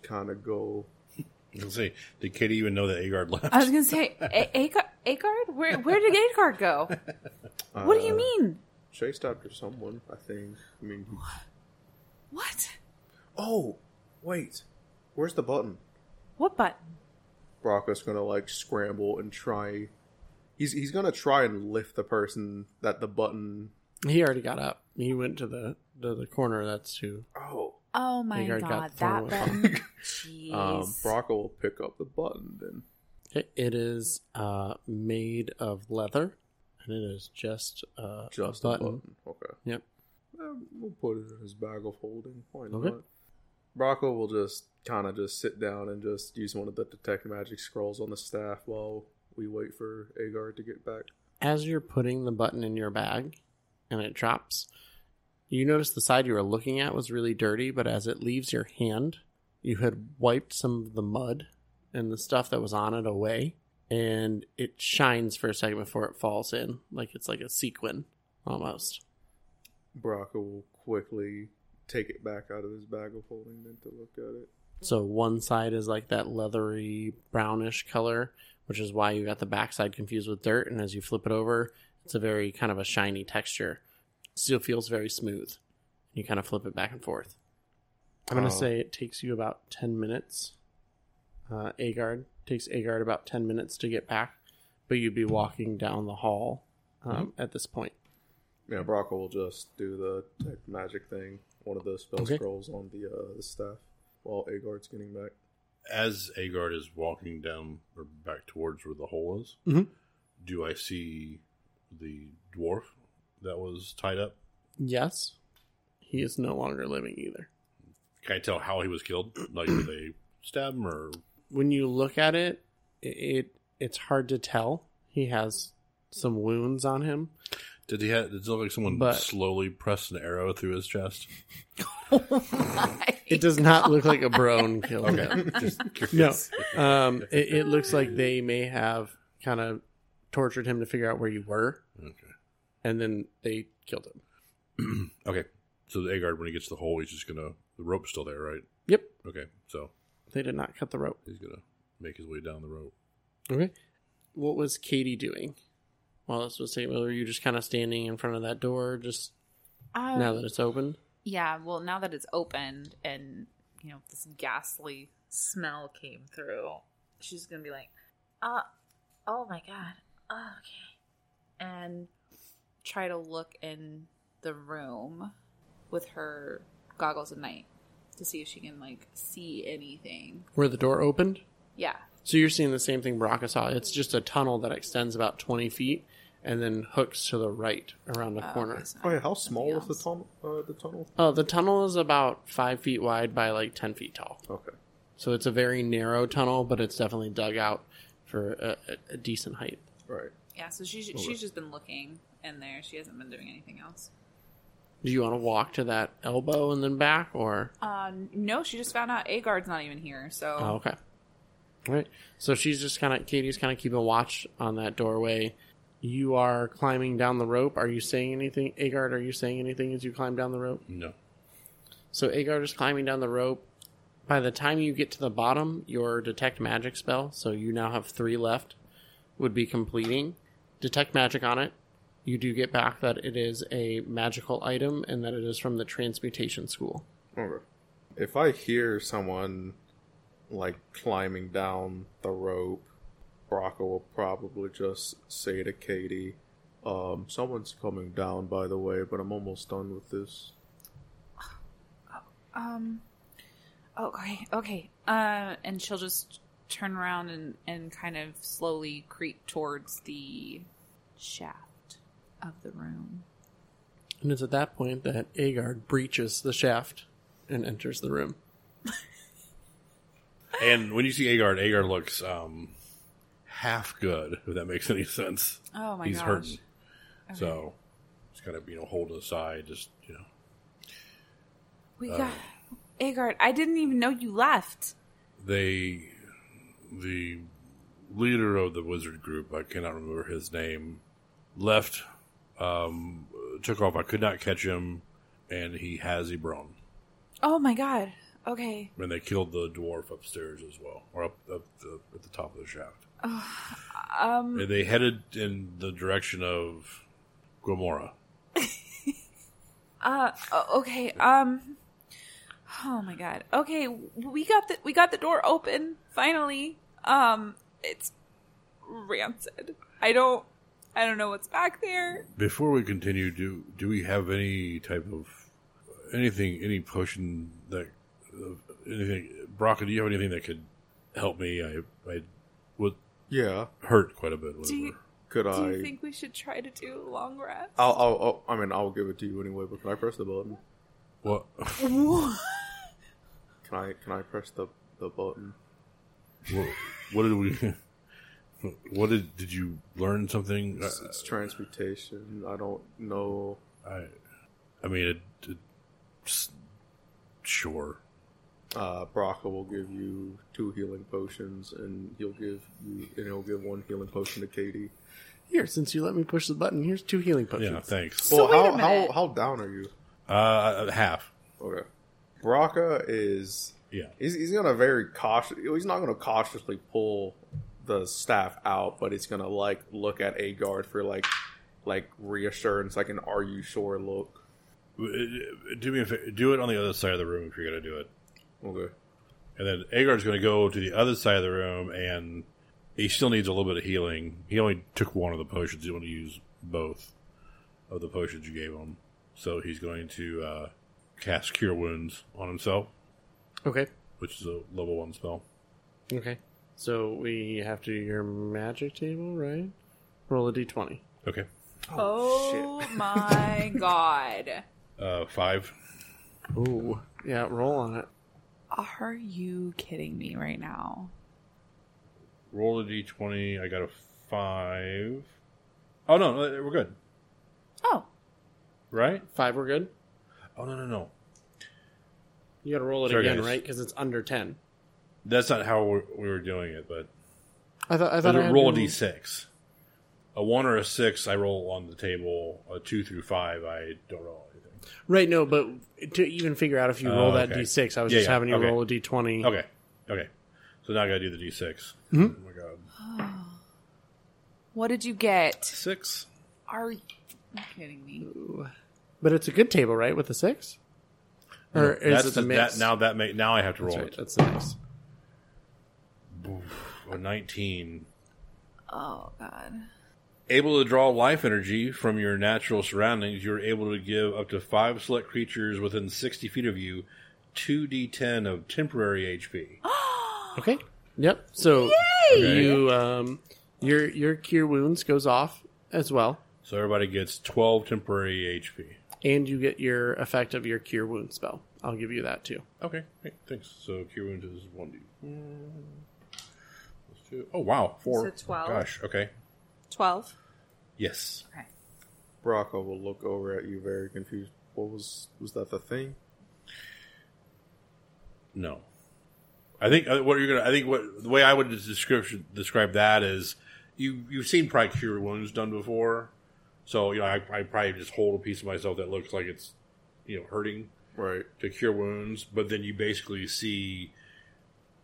[SPEAKER 4] kind of go?"
[SPEAKER 2] Let's see. Did Katie even know that Agard left?
[SPEAKER 3] I was gonna say, A- Agar- Agard, where where did Agard go? What do you
[SPEAKER 4] Uh,
[SPEAKER 3] mean?
[SPEAKER 4] Chased after someone, I think. I mean,
[SPEAKER 3] What?
[SPEAKER 4] oh wait, where's the button?
[SPEAKER 3] What button?
[SPEAKER 4] Baraka's gonna like scramble and try. He's he's gonna try and lift the person that the button.
[SPEAKER 1] He already got up. He went to the to the corner. That's who.
[SPEAKER 4] Oh,
[SPEAKER 3] Oh my
[SPEAKER 1] Agard got
[SPEAKER 3] god,
[SPEAKER 1] thrown
[SPEAKER 3] that button! Jeez.
[SPEAKER 4] um, Baraka will pick up the button then.
[SPEAKER 1] It, it is uh, made of leather, and it is just, uh,
[SPEAKER 4] Just
[SPEAKER 1] a button.
[SPEAKER 4] Okay.
[SPEAKER 1] Yep.
[SPEAKER 4] Um, we'll put it in his bag of holding. Why
[SPEAKER 1] Okay.
[SPEAKER 4] not? Rocco will just kind of just sit down and just use one of the detect magic scrolls on the staff while we wait for Agar to get back.
[SPEAKER 1] as you're putting the button in your bag and it drops, you notice the side you were looking at was really dirty, but as it leaves your hand, you had wiped some of the mud and the stuff that was on it away, and it shines for a second before it falls in, like it's like a sequin almost.
[SPEAKER 4] Rocco will quickly take it back out of his bag of holding then to look at it.
[SPEAKER 1] So one side is like that leathery brownish color, which is why you got the backside confused with dirt, and as you flip it over, it's a very kind of a shiny texture. Still feels very smooth. You kind of flip it back and forth. I'm gonna
[SPEAKER 4] Oh.
[SPEAKER 1] say it takes you about ten minutes. Uh, Agard takes Agard about ten minutes to get back, but you'd be walking down the hall um, at this point.
[SPEAKER 4] Yeah, Rocco will just do the detect magic thing, one of the spell
[SPEAKER 1] Okay.
[SPEAKER 4] scrolls on the, uh, the staff while Agar's getting back.
[SPEAKER 2] As Agard is walking down or back towards where the hole is,
[SPEAKER 1] Mhm.
[SPEAKER 2] do I see the dwarf that was tied up?
[SPEAKER 1] Yes, he is no longer living either.
[SPEAKER 2] Can I tell how he was killed? Like, did they stab him or
[SPEAKER 1] When you look at it, it, it it's hard to tell. He has some wounds on him.
[SPEAKER 2] did he have? Did it look like someone
[SPEAKER 1] But-
[SPEAKER 2] slowly pressed an arrow through his chest?
[SPEAKER 1] It does not look like a Brone killed him.
[SPEAKER 2] Just
[SPEAKER 1] No,
[SPEAKER 2] curious.
[SPEAKER 1] um, it, it looks like they may have kind of tortured him to figure out where you were,
[SPEAKER 2] Okay.
[SPEAKER 1] and then they killed him.
[SPEAKER 2] Okay. So the Agard, when he gets to the hole, he's just gonna. The rope's still there, right?
[SPEAKER 1] Yep,
[SPEAKER 2] Okay. So
[SPEAKER 1] they did not cut the rope.
[SPEAKER 2] he's gonna make his way down the rope.
[SPEAKER 1] Okay. What was Katie doing while this was taking? Were you just kind of standing in front of that door, just
[SPEAKER 3] Um,
[SPEAKER 1] now that it's open?
[SPEAKER 3] yeah, well, now that it's opened and you know this ghastly smell came through, she's gonna be like,
[SPEAKER 6] Uh, oh my god. Oh, okay.
[SPEAKER 3] and try to look in the room with her goggles of night to see if she can like see anything.
[SPEAKER 1] Where the door opened?
[SPEAKER 3] Yeah,
[SPEAKER 1] So you're seeing the same thing Baraka saw. It's just a tunnel that extends about 20 feet and then hooks to the right around the
[SPEAKER 3] Uh,
[SPEAKER 1] corner.
[SPEAKER 3] it's not
[SPEAKER 4] Oh yeah, how
[SPEAKER 3] something
[SPEAKER 4] small is the
[SPEAKER 3] else.
[SPEAKER 4] tunnel? Uh, the tunnel?
[SPEAKER 1] Oh, the tunnel is about five feet wide by like 10 feet tall.
[SPEAKER 4] Okay.
[SPEAKER 1] So it's a very narrow tunnel, but it's definitely dug out for a, a, a decent height.
[SPEAKER 4] Right.
[SPEAKER 3] Yeah, so she's she's just been looking in there. She hasn't been doing anything else.
[SPEAKER 1] Do you want to walk to that elbow and then back, or
[SPEAKER 3] Uh, no, she just found out Agard's not even here. So
[SPEAKER 1] Oh, okay. All right. So she's just kind of Katie's kind of keeping watch on that doorway. You are climbing down the rope. Are you saying anything, Agard? Are you saying anything as you climb down the rope?
[SPEAKER 2] No.
[SPEAKER 1] So Agard is climbing down the rope. By the time you get to the bottom, your detect magic spell, so you now have three left, would be completing. Detect magic on it. You do get back that it is a magical item and that it is from the transmutation school.
[SPEAKER 4] Okay. If I hear someone like climbing down the rope, Brocco will probably just say to Katie, um, someone's coming down by the way, but I'm almost done with this.
[SPEAKER 3] um, okay, okay. Uh, and she'll just turn around and and kind of slowly creep towards the shaft of the room.
[SPEAKER 1] And it's at that point that Agard breaches the shaft and enters the room.
[SPEAKER 2] And when you see Agard, Agard looks um, half good, if that makes any sense.
[SPEAKER 3] Oh my
[SPEAKER 2] He's
[SPEAKER 3] gosh.
[SPEAKER 2] hurting. So he's kind of, you know, holding aside, just, you know.
[SPEAKER 3] We
[SPEAKER 2] Uh,
[SPEAKER 3] got Agard. I didn't even know you left.
[SPEAKER 2] They, the leader of the wizard group, I cannot remember his name, left, um, took off. I could not catch him, and he has Ebron.
[SPEAKER 3] Oh my god. Okay.
[SPEAKER 2] And they killed the dwarf upstairs as well, or up, up the, at the top of the shaft.
[SPEAKER 3] Um.
[SPEAKER 2] And they headed in the direction of Gomorrah.
[SPEAKER 3] Uh. o- Okay. Um. Oh my god. Okay. We got the we got the door open finally. Um. It's rancid. I don't. I don't know what's back there.
[SPEAKER 2] Before we continue, do do we have any type of anything, any potion that uh, anything? Brocca, do you have anything that could help me? I I was
[SPEAKER 4] Yeah.
[SPEAKER 2] hurt quite a bit.
[SPEAKER 3] Do you-
[SPEAKER 2] whatever.
[SPEAKER 4] Could
[SPEAKER 3] Do
[SPEAKER 4] I
[SPEAKER 3] you think we should try to do a long rest?
[SPEAKER 4] I'll, I'll, I'll I mean I'll give it to you anyway, but can I press the button?
[SPEAKER 2] What?
[SPEAKER 4] Can I can I press the the button?
[SPEAKER 2] what? What did we? What did did you learn something?
[SPEAKER 4] It's, it's transmutation. I don't know.
[SPEAKER 2] I I mean, it, it, s- sure.
[SPEAKER 4] Uh, Braca will give you two healing potions, and he'll give you, and he'll give one healing potion to Katie.
[SPEAKER 1] Here, since you let me push the button, here's two healing potions.
[SPEAKER 2] Yeah, thanks.
[SPEAKER 3] So wait a
[SPEAKER 4] how, how
[SPEAKER 3] minute.
[SPEAKER 4] how down are you?
[SPEAKER 2] Uh, half.
[SPEAKER 4] Okay, Braca is
[SPEAKER 2] Yeah.
[SPEAKER 4] he's, he's gonna very cautious. He's not gonna cautiously pull the staff out, but he's gonna like look at a guard for like like reassurance, like an "Are you sure?" look.
[SPEAKER 2] Do me a fa- do it on the other side of the room if you're gonna do it.
[SPEAKER 4] Okay,
[SPEAKER 2] And then Agard's going to go to the other side of the room, and he still needs a little bit of healing. He only took one of the potions. He's going to use both of the potions you gave him. So he's going to uh, cast Cure Wounds on himself,
[SPEAKER 1] Okay.
[SPEAKER 2] which is a level one spell.
[SPEAKER 1] Okay. So we have to do your magic table, right? Roll a d20.
[SPEAKER 2] Okay.
[SPEAKER 3] Oh, my god.
[SPEAKER 2] Uh, five.
[SPEAKER 1] Ooh. Yeah, roll on it.
[SPEAKER 3] Are you kidding me right now?
[SPEAKER 2] Roll a d20. I got a five. Oh no, no, we're good,
[SPEAKER 3] Oh,
[SPEAKER 2] right?
[SPEAKER 1] Five, we're good.
[SPEAKER 2] Oh no, no, no.
[SPEAKER 1] You got to roll it
[SPEAKER 2] Sorry,
[SPEAKER 1] again,
[SPEAKER 2] guys.
[SPEAKER 1] right? Because it's under ten.
[SPEAKER 2] That's not how we we were doing it, but
[SPEAKER 1] I thought I
[SPEAKER 2] I
[SPEAKER 1] thought I had
[SPEAKER 2] roll a
[SPEAKER 1] to-
[SPEAKER 2] d6. A one or a six, I roll on the table. A two through five, I don't roll anything.
[SPEAKER 1] Right, no, but to even figure out if you roll
[SPEAKER 2] Oh,
[SPEAKER 1] that
[SPEAKER 2] okay.
[SPEAKER 1] d6, I was
[SPEAKER 2] Yeah,
[SPEAKER 1] just
[SPEAKER 2] yeah,
[SPEAKER 1] having you
[SPEAKER 2] okay.
[SPEAKER 1] roll a d20.
[SPEAKER 2] Okay, okay. So now I gotta do the d6.
[SPEAKER 1] Mm-hmm.
[SPEAKER 2] Oh my god,
[SPEAKER 3] what did you get?
[SPEAKER 2] six.
[SPEAKER 3] Are you kidding me?
[SPEAKER 1] But it's a good table, right, with a six? Or is
[SPEAKER 2] That's
[SPEAKER 1] it the
[SPEAKER 2] the-
[SPEAKER 1] mix?
[SPEAKER 2] that, now that make now I have to roll
[SPEAKER 1] That's right,
[SPEAKER 2] it.
[SPEAKER 1] that's the mix.
[SPEAKER 2] A nineteen.
[SPEAKER 3] Oh god.
[SPEAKER 2] Able to draw life energy from your natural surroundings, you're able to give up to five select creatures within 60 feet of you 2d10 of temporary HP.
[SPEAKER 1] Okay. Yep. So
[SPEAKER 2] Okay.
[SPEAKER 1] you um your your cure wounds goes off as well,
[SPEAKER 2] So everybody gets 12 temporary HP.
[SPEAKER 1] and you get your effect of your cure wound spell. I'll give you that too.
[SPEAKER 2] Okay, great, thanks. So Cure Wounds is 1d. Plus two. Oh, wow. Four.
[SPEAKER 3] So 12.
[SPEAKER 2] Gosh, okay.
[SPEAKER 3] 12.
[SPEAKER 2] Yes.
[SPEAKER 3] Okay.
[SPEAKER 4] Brocco will look over at you, very confused. What was was that the thing?
[SPEAKER 2] No. I think uh, what you're gonna. I think what the way I would description describe that is you you've seen probably cure wounds done before, so you know I, I probably just hold a piece of myself that looks like it's you know hurting
[SPEAKER 4] Right.
[SPEAKER 2] to cure wounds, but then you basically see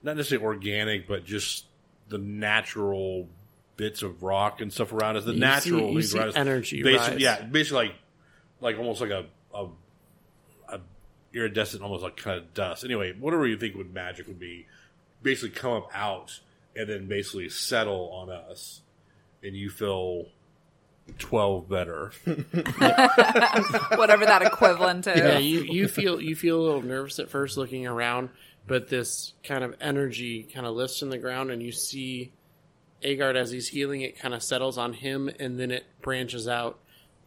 [SPEAKER 2] not necessarily organic, but just the natural bits of rock and stuff around us. The
[SPEAKER 1] You
[SPEAKER 2] natural
[SPEAKER 1] see- you
[SPEAKER 2] things
[SPEAKER 1] see
[SPEAKER 2] around us.
[SPEAKER 1] energy
[SPEAKER 2] Basi-
[SPEAKER 1] rise.
[SPEAKER 2] yeah, basically like like almost like a, a, a iridescent, almost like kind of dust. Anyway, whatever you think would magic would be, basically come up out and then basically settle on us, and you feel twelve better.
[SPEAKER 3] Whatever that equivalent is.
[SPEAKER 1] Yeah, you, you feel you feel a little nervous at first looking around, but this kind of energy kind of lifts in the ground, and you see Agard as he's healing. It kind of settles on him, and then it branches out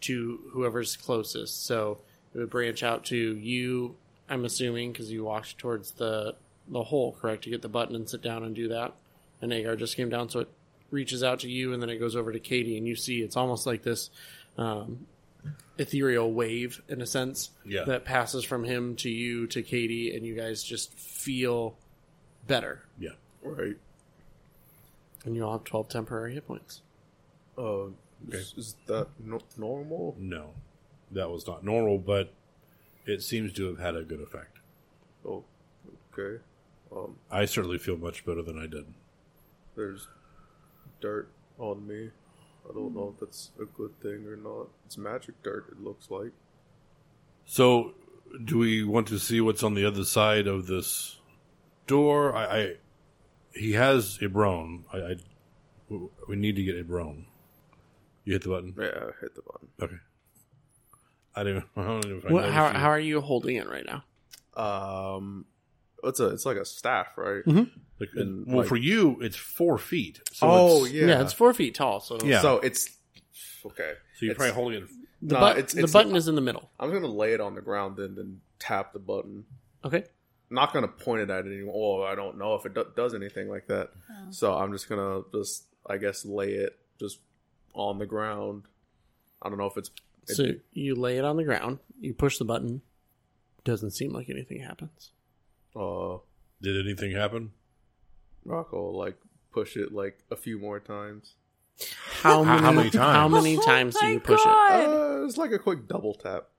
[SPEAKER 1] to whoever's closest. So it would branch out to you. I'm assuming because you walked towards the the hole, correct? You get the button and sit down and do that. And Agar just came down, so it reaches out to you, and then it goes over to Katie, and you see it's almost like this um, ethereal wave in a sense
[SPEAKER 2] Yeah.
[SPEAKER 1] that passes from him to you to Katie, and you guys just feel better,
[SPEAKER 2] yeah.
[SPEAKER 4] Right.
[SPEAKER 1] and you all have twelve temporary hit points.
[SPEAKER 4] Uh, is, is that no- normal?
[SPEAKER 2] No, that was not normal, but it seems to have had a good effect.
[SPEAKER 4] Oh, okay. Um,
[SPEAKER 2] I certainly feel much better than I did.
[SPEAKER 4] there's dirt on me. I don't know if that's a good thing or not. It's magic dirt. It looks like.
[SPEAKER 2] So, do we want to see what's on the other side of this door? I, I he has Ibron. I, I we need to get Ibron. You hit the button.
[SPEAKER 4] Yeah, I hit the button.
[SPEAKER 2] Okay. I don't. I don't know if I
[SPEAKER 1] What,
[SPEAKER 2] noticed
[SPEAKER 1] how,
[SPEAKER 2] you.
[SPEAKER 1] how are you holding it right now?
[SPEAKER 4] Um, it's a it's like a staff, right?
[SPEAKER 2] Like,
[SPEAKER 4] and,
[SPEAKER 2] well,
[SPEAKER 4] like-
[SPEAKER 2] for you, it's four feet. So
[SPEAKER 4] oh
[SPEAKER 2] it's,
[SPEAKER 4] yeah.
[SPEAKER 1] it's four feet tall, so
[SPEAKER 2] yeah.
[SPEAKER 4] So it's okay.
[SPEAKER 2] So you're
[SPEAKER 4] it's-
[SPEAKER 2] probably holding it.
[SPEAKER 1] the,
[SPEAKER 4] Nah,
[SPEAKER 1] but-
[SPEAKER 4] it's-
[SPEAKER 1] the
[SPEAKER 4] it's-
[SPEAKER 1] button is in the middle.
[SPEAKER 4] I'm gonna lay it on the ground, then then tap the button.
[SPEAKER 1] Okay,
[SPEAKER 4] not gonna point it at anyone. Oh, I don't know if it do- does anything like that. So I'm just gonna just I guess lay it just on the ground. I don't know if it's it-
[SPEAKER 1] so you lay it on the ground, you push the button. Doesn't seem like anything happens.
[SPEAKER 4] uh
[SPEAKER 2] Did anything happen?
[SPEAKER 4] Rocco like push it like a few more times.
[SPEAKER 1] How many,
[SPEAKER 2] how many
[SPEAKER 1] How
[SPEAKER 2] times?
[SPEAKER 3] Oh
[SPEAKER 1] many times do you push it? Oh,
[SPEAKER 4] Uh, it's like a quick double tap,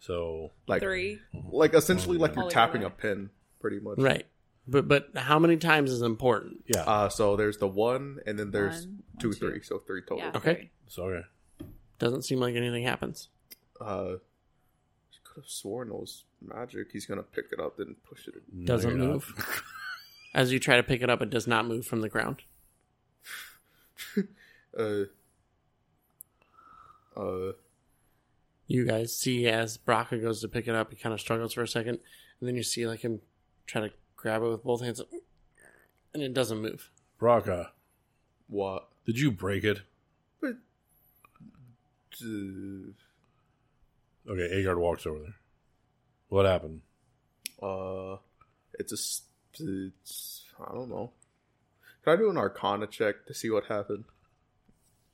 [SPEAKER 2] So
[SPEAKER 4] like
[SPEAKER 3] Three.
[SPEAKER 4] like essentially like you're
[SPEAKER 3] Holy
[SPEAKER 4] tapping a
[SPEAKER 3] crap.
[SPEAKER 4] pin, pretty much.
[SPEAKER 1] Right, but but how many times is important?
[SPEAKER 2] yeah.
[SPEAKER 4] Uh, so there's the one, and then there's
[SPEAKER 3] One, one,
[SPEAKER 4] two,
[SPEAKER 3] two.
[SPEAKER 4] three, so three total.
[SPEAKER 3] Yeah,
[SPEAKER 1] Oh, Okay.
[SPEAKER 3] three.
[SPEAKER 2] so okay.
[SPEAKER 1] Doesn't seem like anything happens.
[SPEAKER 4] Uh, could have sworn it was magic. He's gonna pick it up, then push it.
[SPEAKER 2] No,
[SPEAKER 1] Doesn't
[SPEAKER 2] you're not.
[SPEAKER 1] move. As you try to pick it up, it does not move from the ground.
[SPEAKER 4] uh, uh,
[SPEAKER 1] You guys see as Braca goes to pick it up, he kind of struggles for a second, and then you see like him try to grab it with both hands, and it doesn't move.
[SPEAKER 2] Braca,
[SPEAKER 4] what?
[SPEAKER 2] did you break it?
[SPEAKER 4] But, uh,
[SPEAKER 2] Okay. Agard walks over there. What happened?
[SPEAKER 4] uh, It's a. s- It's, I don't know. Can I do an Arcana check to see what happened?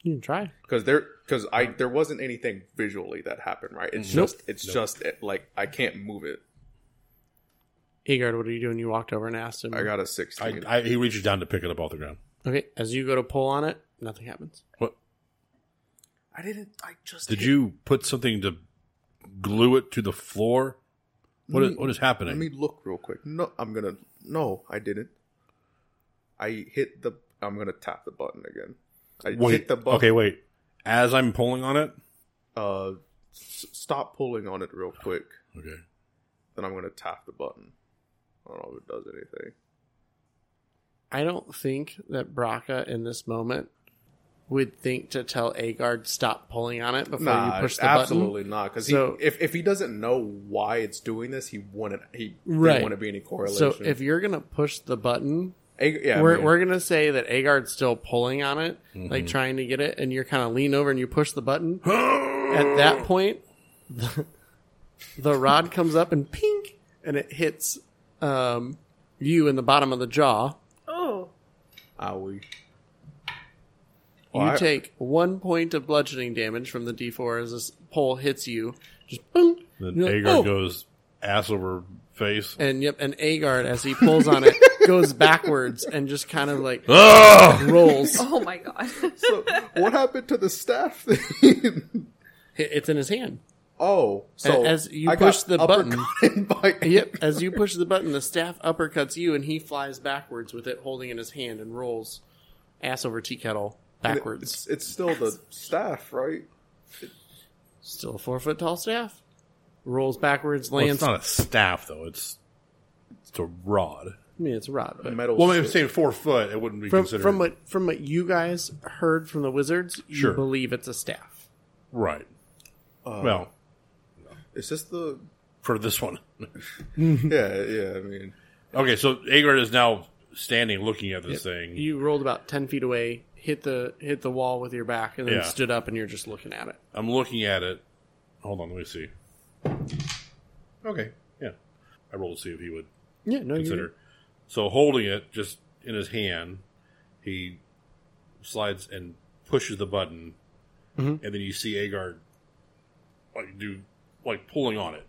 [SPEAKER 1] You can try.
[SPEAKER 4] because there because I there wasn't anything visually that happened right. It's
[SPEAKER 1] Nope.
[SPEAKER 4] just it's just it, like I can't move it.
[SPEAKER 1] Agard, what are you doing? You walked over and asked him.
[SPEAKER 4] I got a sixteen.
[SPEAKER 2] I, I, he reaches down to pick it up off the ground.
[SPEAKER 1] okay, as you go to pull on it, nothing happens.
[SPEAKER 2] What
[SPEAKER 4] I didn't. I just
[SPEAKER 2] did you put something to glue it to the floor? What is, what is
[SPEAKER 4] Let
[SPEAKER 2] happening?
[SPEAKER 4] me look real quick. No, I'm gonna. No, I didn't. I hit the. I'm gonna tap the button again. I hit
[SPEAKER 2] wait.
[SPEAKER 4] the button.
[SPEAKER 2] Okay, wait. As I'm pulling on it.
[SPEAKER 4] Uh, s- stop pulling on it real quick.
[SPEAKER 2] Okay.
[SPEAKER 4] Then I'm gonna tap the button. I don't know if it does anything.
[SPEAKER 1] I don't think that Braca in this moment would think to tell Agard stop pulling on it before
[SPEAKER 4] Nah,
[SPEAKER 1] you push the
[SPEAKER 4] absolutely not. Because
[SPEAKER 1] So-
[SPEAKER 4] if if he doesn't know why it's doing this, he wouldn't. He
[SPEAKER 1] Right.
[SPEAKER 4] didn't want to be any
[SPEAKER 1] button.
[SPEAKER 4] correlation.
[SPEAKER 1] So if you're gonna push the button,
[SPEAKER 4] A- yeah, I
[SPEAKER 1] we're
[SPEAKER 4] mean-
[SPEAKER 1] we're gonna say that Agard's still pulling on it, like trying to get it, and you're kind of lean over and you push the button. At that point, the, the rod comes up and pink, and it hits um, you in the bottom of the jaw.
[SPEAKER 7] Oh.
[SPEAKER 4] Owie.
[SPEAKER 1] You
[SPEAKER 4] Well, I-
[SPEAKER 1] take one point of bludgeoning damage from the D4 as this pole hits you. Just boom.
[SPEAKER 2] Then
[SPEAKER 1] You're like,
[SPEAKER 2] Agar
[SPEAKER 1] "Oh!"
[SPEAKER 2] goes ass over face.
[SPEAKER 1] And yep, and Agard as he pulls on it goes backwards and just kind of like
[SPEAKER 2] Ugh!
[SPEAKER 1] rolls. I-
[SPEAKER 3] Oh my god.
[SPEAKER 4] So what happened to the staff thing?
[SPEAKER 1] It's in his hand.
[SPEAKER 4] oh, so
[SPEAKER 1] A- as you
[SPEAKER 4] got
[SPEAKER 1] push the button.
[SPEAKER 4] uppercutted by,
[SPEAKER 1] Yep. As you push the button, the staff uppercuts you, and he flies backwards with it holding in his hand and rolls ass over tea kettle backwards.
[SPEAKER 4] It's, it's still the staff, right?
[SPEAKER 1] Still a four foot tall staff. Rolls backwards,
[SPEAKER 2] Well,
[SPEAKER 1] lands.
[SPEAKER 2] it's not a staff though. It's it's a rod.
[SPEAKER 1] I mean, it's a rod. But
[SPEAKER 4] Metal.
[SPEAKER 2] Well, maybe
[SPEAKER 4] Oh, shit.
[SPEAKER 2] saying four foot, it wouldn't be
[SPEAKER 1] from
[SPEAKER 2] considered
[SPEAKER 1] from what from what you guys heard from the wizards, you
[SPEAKER 2] Sure.
[SPEAKER 1] believe it's a staff.
[SPEAKER 2] right. well,
[SPEAKER 4] Is this the?
[SPEAKER 2] for this one,
[SPEAKER 4] Yeah, yeah. I mean,
[SPEAKER 2] okay. So Agar is now standing, looking at this thing.
[SPEAKER 1] You rolled about ten feet away, hit the hit the wall with your back, and then
[SPEAKER 2] Yeah.
[SPEAKER 1] stood up, and you're just looking at it.
[SPEAKER 2] I'm looking at it. Hold on, let me see. Okay, yeah. I rolled to see if he would
[SPEAKER 1] Yeah, no,
[SPEAKER 2] consider. So holding it just in his hand, he slides and pushes the button,
[SPEAKER 1] Mm-hmm.
[SPEAKER 2] and then you see Agar like do like pulling on it,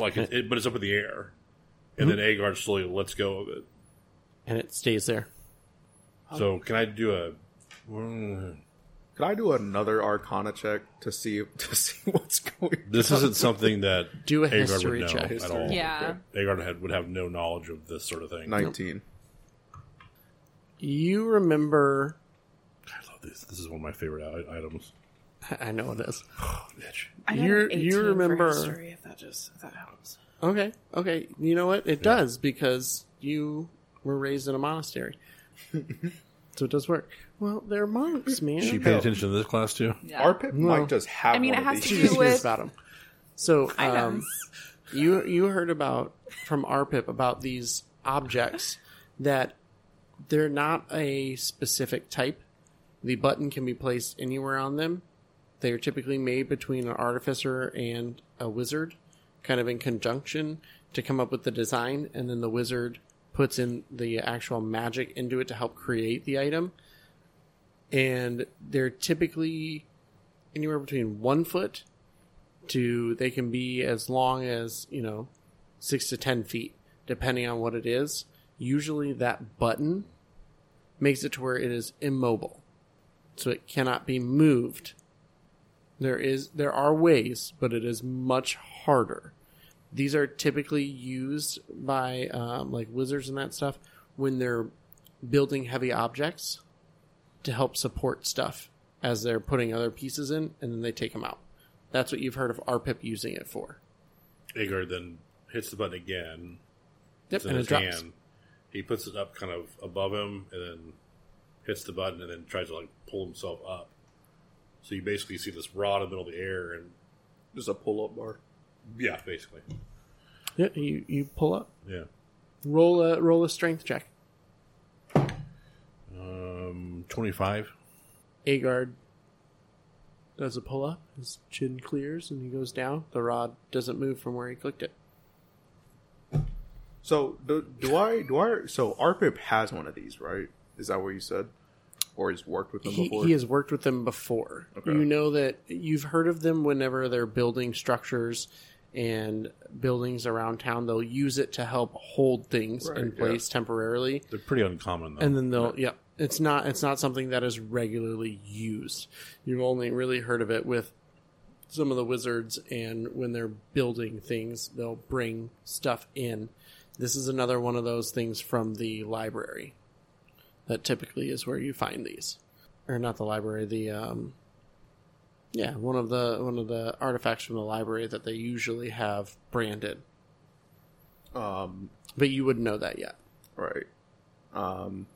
[SPEAKER 2] like it, it- but it's up in the air, and
[SPEAKER 1] Mm-hmm.
[SPEAKER 2] then Agar slowly lets go of it.
[SPEAKER 1] and it stays there. Oh.
[SPEAKER 2] So can I do a?
[SPEAKER 4] could I do another Arcana check to see to see what's going?
[SPEAKER 2] This isn't something that
[SPEAKER 1] Do a
[SPEAKER 2] Agar
[SPEAKER 1] history
[SPEAKER 2] would know
[SPEAKER 1] check.
[SPEAKER 2] at all.
[SPEAKER 3] yeah.
[SPEAKER 2] Agar had, would have no knowledge of this sort of thing.
[SPEAKER 4] Nineteen.
[SPEAKER 1] You remember?
[SPEAKER 2] I love this. This is one of my favorite i- items.
[SPEAKER 1] I know it is.
[SPEAKER 2] Bitch.
[SPEAKER 3] I got
[SPEAKER 1] You
[SPEAKER 3] an 18
[SPEAKER 1] you
[SPEAKER 3] for
[SPEAKER 1] remember?
[SPEAKER 3] history, if that just if that helps.
[SPEAKER 1] Okay, okay. You know what? It does because you were raised in a monastery, so it does work. Well, they're monks, man.
[SPEAKER 2] She paid attention to this class too.
[SPEAKER 3] Yeah.
[SPEAKER 4] Arpit might just have.
[SPEAKER 3] I mean,
[SPEAKER 4] one
[SPEAKER 3] it has
[SPEAKER 4] of
[SPEAKER 3] to
[SPEAKER 4] these.
[SPEAKER 3] do
[SPEAKER 1] Just
[SPEAKER 3] with-
[SPEAKER 1] curious about 'em. So
[SPEAKER 3] I know.
[SPEAKER 1] um, you you heard about from RPIP about these objects that they're not a specific type. The button can be placed anywhere on them. They are typically made between an artificer and a wizard, kind of in conjunction to come up with the design, and then the wizard puts in the actual magic into it to help create the item. And they're typically anywhere between one foot to they can be as long as you know six to ten feet depending on what it is usually that button makes it to where it is immobile so it cannot be moved there is there are ways but it is much harder these are typically used by um, like wizards and that stuff when they're building heavy objects to help support stuff as they're putting other pieces in and then they take them out that's what you've heard of RPIP using it for.
[SPEAKER 2] Agar then hits the button again.
[SPEAKER 1] Yep,
[SPEAKER 2] It's in
[SPEAKER 1] and it
[SPEAKER 2] his
[SPEAKER 1] drops.
[SPEAKER 2] hand. He puts it up kind of above him and then hits the button and then tries to like pull himself up. So you basically see this rod in the middle of the air and
[SPEAKER 4] Just a pull-up bar.
[SPEAKER 2] yeah, basically.
[SPEAKER 1] Yep, you, you pull up.
[SPEAKER 2] Yeah.
[SPEAKER 1] Roll a roll a strength check.
[SPEAKER 2] Um twenty five.
[SPEAKER 1] Agard does a pull up. His chin clears and he goes down. The rod doesn't move from where he clicked it.
[SPEAKER 4] So do, do I? Do I? So Arpip has one of these, right? Is that what you said, or he's worked with them
[SPEAKER 1] He,
[SPEAKER 4] before?
[SPEAKER 1] he has worked with them before.
[SPEAKER 4] Okay.
[SPEAKER 1] You know that you've heard of them whenever they're building structures and buildings around town. They'll use it to help hold things
[SPEAKER 4] Right,
[SPEAKER 1] in
[SPEAKER 4] yeah.
[SPEAKER 1] place temporarily,
[SPEAKER 2] They're pretty uncommon though.
[SPEAKER 1] and then they'll yeah. It's not it's not something that is regularly used. You've only really heard of it with some of the wizards, and when they're building things, they'll bring stuff in. This is another one of those things from the library. That typically is where you find these, or not the library. The um, yeah, one of the one of the artifacts from the library that they usually have branded,
[SPEAKER 4] um,
[SPEAKER 1] but you wouldn't know that yet.
[SPEAKER 4] right. Um,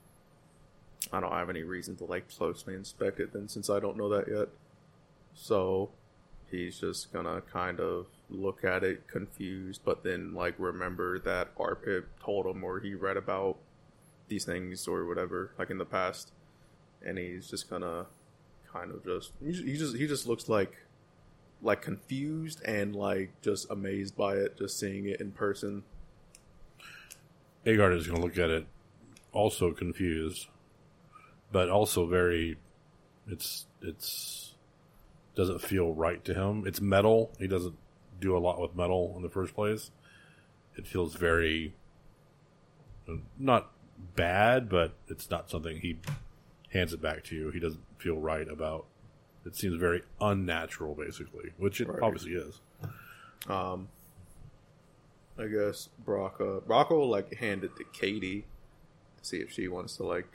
[SPEAKER 4] I don't have any reason to like closely inspect it then, since I don't know that yet. So he's just gonna kind of look at it confused, but then like remember that Arpip told him or he read about these things or whatever, like in the past, and he's just gonna kind of just he ju- he just he just looks like like confused and like just amazed by it, just seeing it in person.
[SPEAKER 2] Agard is going to look at it, also confused, but also very. It's it's doesn't feel right to him. It's metal. He doesn't do a lot with metal in the first place. It feels very not bad, but it's not something he hands it back to you. He doesn't feel right about. It seems very unnatural, basically, which it
[SPEAKER 4] Right.
[SPEAKER 2] obviously is.
[SPEAKER 4] Um, I guess Braca Braca will like hand it to Katie to see if she wants to like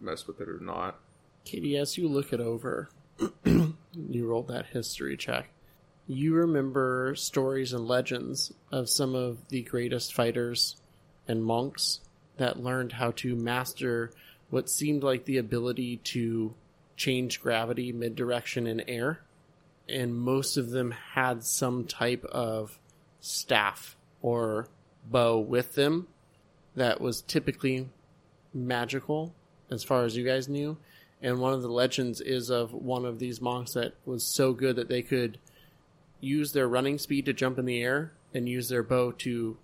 [SPEAKER 4] mess with it or not.
[SPEAKER 1] Katie, as you look it over, you rolled that history check. You remember stories and legends of some of the greatest fighters and monks that learned how to master what seemed like the ability to change gravity mid direction in air. And most of them had some type of staff or bow with them that was typically magical as far as you guys knew and one of the legends is of one of these monks that was so good that they could use their running speed to jump in the air and use their bow to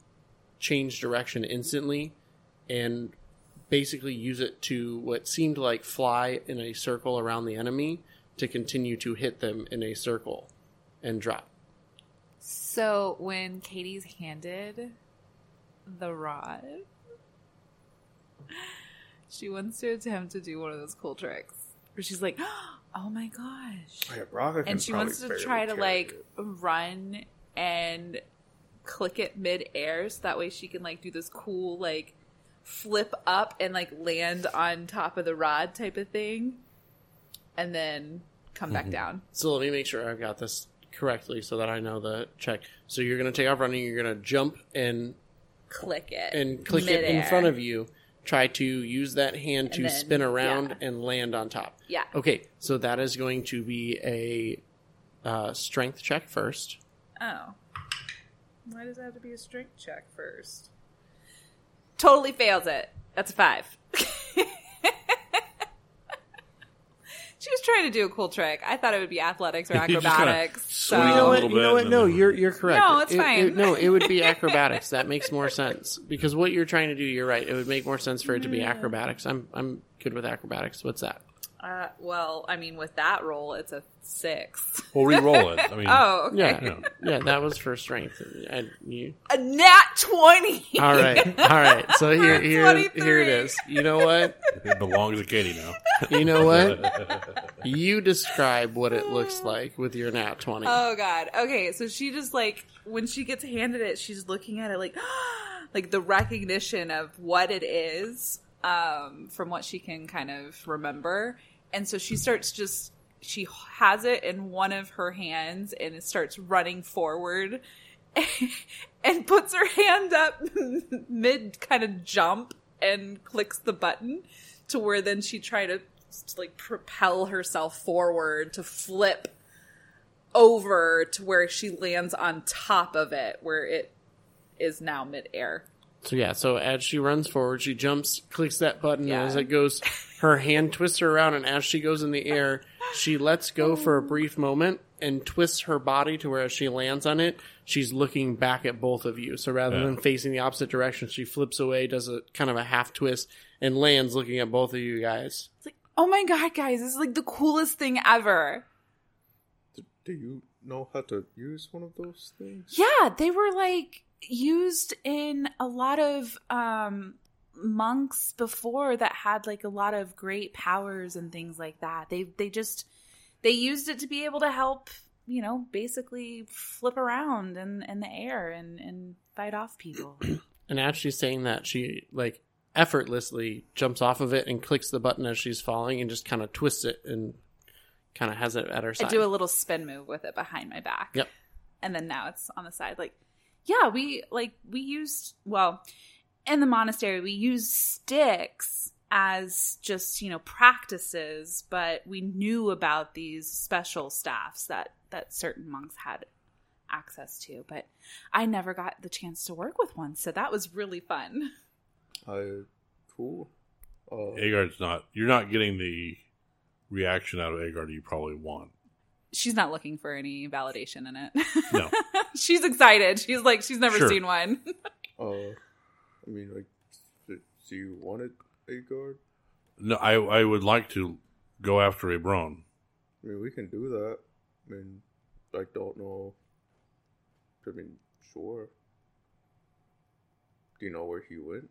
[SPEAKER 1] change direction instantly and basically use it to what seemed like fly in a circle around the enemy to continue to hit them in a circle and drop
[SPEAKER 3] So when Katie's handed the rod, she wants to attempt to do one of those cool tricks where she's like, "Oh my gosh!"
[SPEAKER 4] yeah, Braca can
[SPEAKER 3] And she
[SPEAKER 4] probably
[SPEAKER 3] wants to
[SPEAKER 4] barely
[SPEAKER 3] try to
[SPEAKER 4] carry
[SPEAKER 3] like
[SPEAKER 4] it.
[SPEAKER 3] run and click it mid-air, so that way she can like do this cool like flip up and like land on top of the rod type of thing, and then come
[SPEAKER 4] Mm-hmm.
[SPEAKER 3] back down.
[SPEAKER 1] So let me make sure I've got this correctly so that I know the check. So you're going to take off running, you're going to jump and
[SPEAKER 3] Click it
[SPEAKER 1] and click it in
[SPEAKER 3] midair.
[SPEAKER 1] front of you, try to use that hand to
[SPEAKER 3] then-
[SPEAKER 1] spin around
[SPEAKER 3] yeah.
[SPEAKER 1] and land on top.
[SPEAKER 3] Yeah.
[SPEAKER 1] Okay, so that is going to be a uh, strength check first.
[SPEAKER 3] Oh. Why does it have to be a strength check first? Totally fails it. That's a five. she was trying to do a cool trick. I thought it would be athletics or
[SPEAKER 2] You just kinda
[SPEAKER 3] acrobatics.
[SPEAKER 2] swing it a
[SPEAKER 1] know
[SPEAKER 3] So
[SPEAKER 1] what?
[SPEAKER 2] little
[SPEAKER 1] you know
[SPEAKER 2] bit
[SPEAKER 1] what?
[SPEAKER 2] and
[SPEAKER 1] No,
[SPEAKER 2] then-
[SPEAKER 1] you're you're correct.
[SPEAKER 3] No, it's
[SPEAKER 1] It-
[SPEAKER 3] fine.
[SPEAKER 1] it- no, it would be acrobatics. That makes more sense because what you're trying to do, you're right. It would make more sense for it to be acrobatics. I'm I'm good with acrobatics. What's that?
[SPEAKER 3] uh, well, I mean, with that roll, it's a six.
[SPEAKER 2] Well, re-roll it. I mean,
[SPEAKER 3] Oh, okay.
[SPEAKER 1] Yeah, yeah,
[SPEAKER 2] Yeah.
[SPEAKER 1] that was for strength. I, you,
[SPEAKER 3] a nat twenty.
[SPEAKER 1] all right, all right. So here, here, here it
[SPEAKER 3] 23.
[SPEAKER 1] is. You know what?
[SPEAKER 2] it belongs to Katie now.
[SPEAKER 1] You know what? You describe what it looks like with your nat 20.
[SPEAKER 3] Oh god. Okay, so she just like when she gets handed it, she's looking at it like like the recognition of what it is um from what she can kind of remember. And so she starts just she has it in one of her hands and it starts running forward and puts her hand up mid kind of jump and clicks the button to where then she try to like propel herself forward to flip over to where she lands on top of it, where it is now midair.
[SPEAKER 1] So, yeah, so as she runs forward, she jumps, clicks that button,
[SPEAKER 3] Yeah.
[SPEAKER 1] and as it goes, her hand twists her around, and as she goes in the air, she lets go for a brief moment and twists her body to where as she lands on it, she's looking back at both of you. So rather
[SPEAKER 2] Yeah.
[SPEAKER 1] than facing the opposite direction, she flips away, does a kind of a half twist, and lands looking at both of you guys.
[SPEAKER 3] It's like, oh my god, guys, this is like the coolest thing ever.
[SPEAKER 4] D- Do you know how to use one of those things?
[SPEAKER 3] Yeah, they were like used in a lot of um monks before that had like a lot of great powers and things like that. They they just they used it to be able to help, you know, basically flip around in in the air and and fight off people.
[SPEAKER 1] And as she's saying that, she like effortlessly jumps off of it and clicks the button as she's falling and just kind of twists it and kind of has it at her
[SPEAKER 3] I
[SPEAKER 1] side.
[SPEAKER 3] do a little spin move with it behind my back.
[SPEAKER 1] Yep.
[SPEAKER 3] And then now it's on the side. Like, yeah, we like we used well in the monastery we used sticks as just you know practices, but we knew about these special staffs that that certain monks had access to. But I never got the chance to work with one, so that was really fun.
[SPEAKER 4] Uh, cool. Uh,
[SPEAKER 2] Agard's not. You're not getting the reaction out of Agard you probably want.
[SPEAKER 3] She's not looking for any validation in it.
[SPEAKER 2] No.
[SPEAKER 3] she's excited. She's like she's never
[SPEAKER 2] Sure.
[SPEAKER 3] seen one.
[SPEAKER 4] uh, I mean, like, d- do you want it, Agard?
[SPEAKER 2] No, I I would like to go after Abron.
[SPEAKER 4] I mean, we can do that. I mean, I don't know. I mean, sure. Do you know where he went?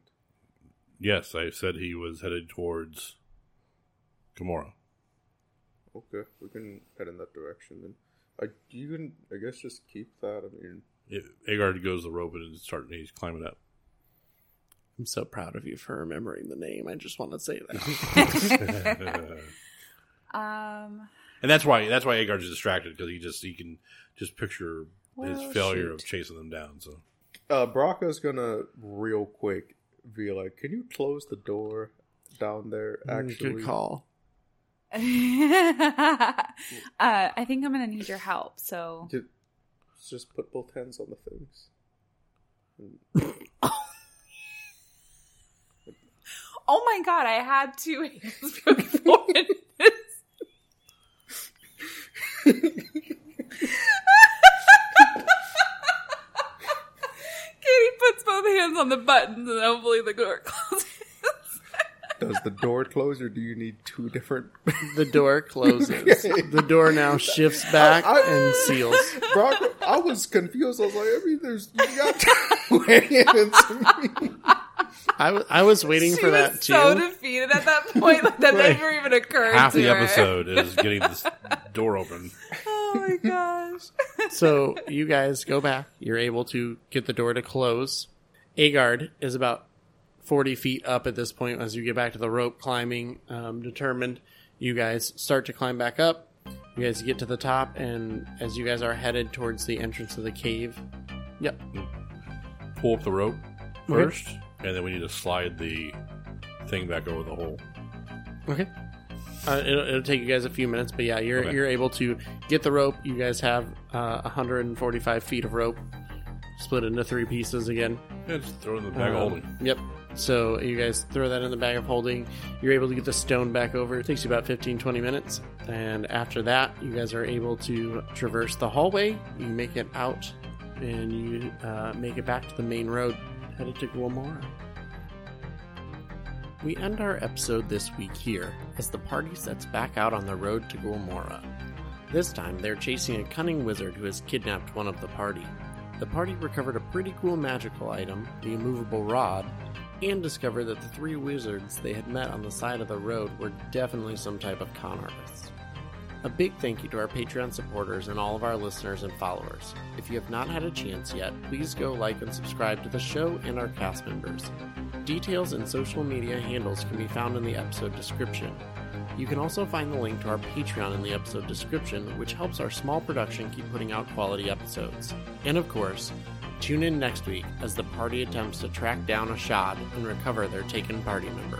[SPEAKER 2] Yes, I said he was headed towards Gamora.
[SPEAKER 4] Okay, we can head in that direction then. I you can, I guess, just keep that. I mean,
[SPEAKER 2] It, Agard goes the rope and is starting. He's climbing up.
[SPEAKER 1] I'm so proud of you for remembering the name. I just want to say that.
[SPEAKER 2] and
[SPEAKER 3] Um
[SPEAKER 2] that's why that's why Agard's distracted because he just he can just picture
[SPEAKER 3] Well,
[SPEAKER 2] his failure
[SPEAKER 3] shoot.
[SPEAKER 2] of chasing them down. So
[SPEAKER 4] uh, Brocco's gonna real quick be like, "Can you close the door down there?" Actually,
[SPEAKER 1] Mm, Good call.
[SPEAKER 3] uh, I think I'm gonna need your help. So
[SPEAKER 4] Ju- just put both hands on the things.
[SPEAKER 3] Oh my god, I had two hands before this. Katie puts both hands on the buttons and hopefully the door closes.
[SPEAKER 4] Does the door close, or do you need two different?
[SPEAKER 1] The door closes. the door now shifts back
[SPEAKER 4] I-
[SPEAKER 1] and seals.
[SPEAKER 4] Brocco, I was confused. I was like, "I mean, there's you got two hands."
[SPEAKER 1] I wa- I was waiting
[SPEAKER 3] She
[SPEAKER 1] for
[SPEAKER 3] was
[SPEAKER 1] that too.
[SPEAKER 3] so defeated at that point like, that
[SPEAKER 4] Right.
[SPEAKER 3] never even occurred
[SPEAKER 2] half
[SPEAKER 3] to
[SPEAKER 2] the
[SPEAKER 3] her.
[SPEAKER 2] episode is getting this door open.
[SPEAKER 3] Oh my gosh.
[SPEAKER 1] so you guys go back. You're able to get the door to close. Agard is about 40 feet up at this point as you get back to the rope climbing. Um, determined, you guys start to climb back up. You guys get to the top, and as you guys are headed towards the entrance of the cave, yep,
[SPEAKER 2] Pull up the rope
[SPEAKER 1] Okay.
[SPEAKER 2] first, and then we need to slide the thing back over the hole.
[SPEAKER 1] Okay. Uh, it'll, it'll take you guys a few minutes, but yeah, you're
[SPEAKER 2] Okay.
[SPEAKER 1] you're able to get the rope. You guys have uh, 145 feet of rope, split into three pieces again.
[SPEAKER 2] Yeah, just throw it in the bag of
[SPEAKER 1] Um,
[SPEAKER 2] holding.
[SPEAKER 1] Yep. So you guys throw that in the bag of holding. You're able to get the stone back over. It takes you about 15, 20 minutes, and after that, you guys are able to traverse the hallway. You make it out, and you uh, make it back to the main road, headed to Guamora. We end our episode this week here as the party sets back out on the road to Gulmora. This time, they're chasing a cunning wizard who has kidnapped one of the party. The party recovered a pretty cool magical item, the immovable rod, and discovered that the three wizards they had met on the side of the road were definitely some type of con artists. A big thank you to our Patreon supporters and all of our listeners and followers. If you have not had a chance yet, please go like and subscribe to the show and our cast members. Details and social media handles can be found in the episode description. You can also find the link to our Patreon in the episode description, which helps our small production keep putting out quality episodes. And of course, tune in next week as the party attempts to track down Ashad and recover their taken party member.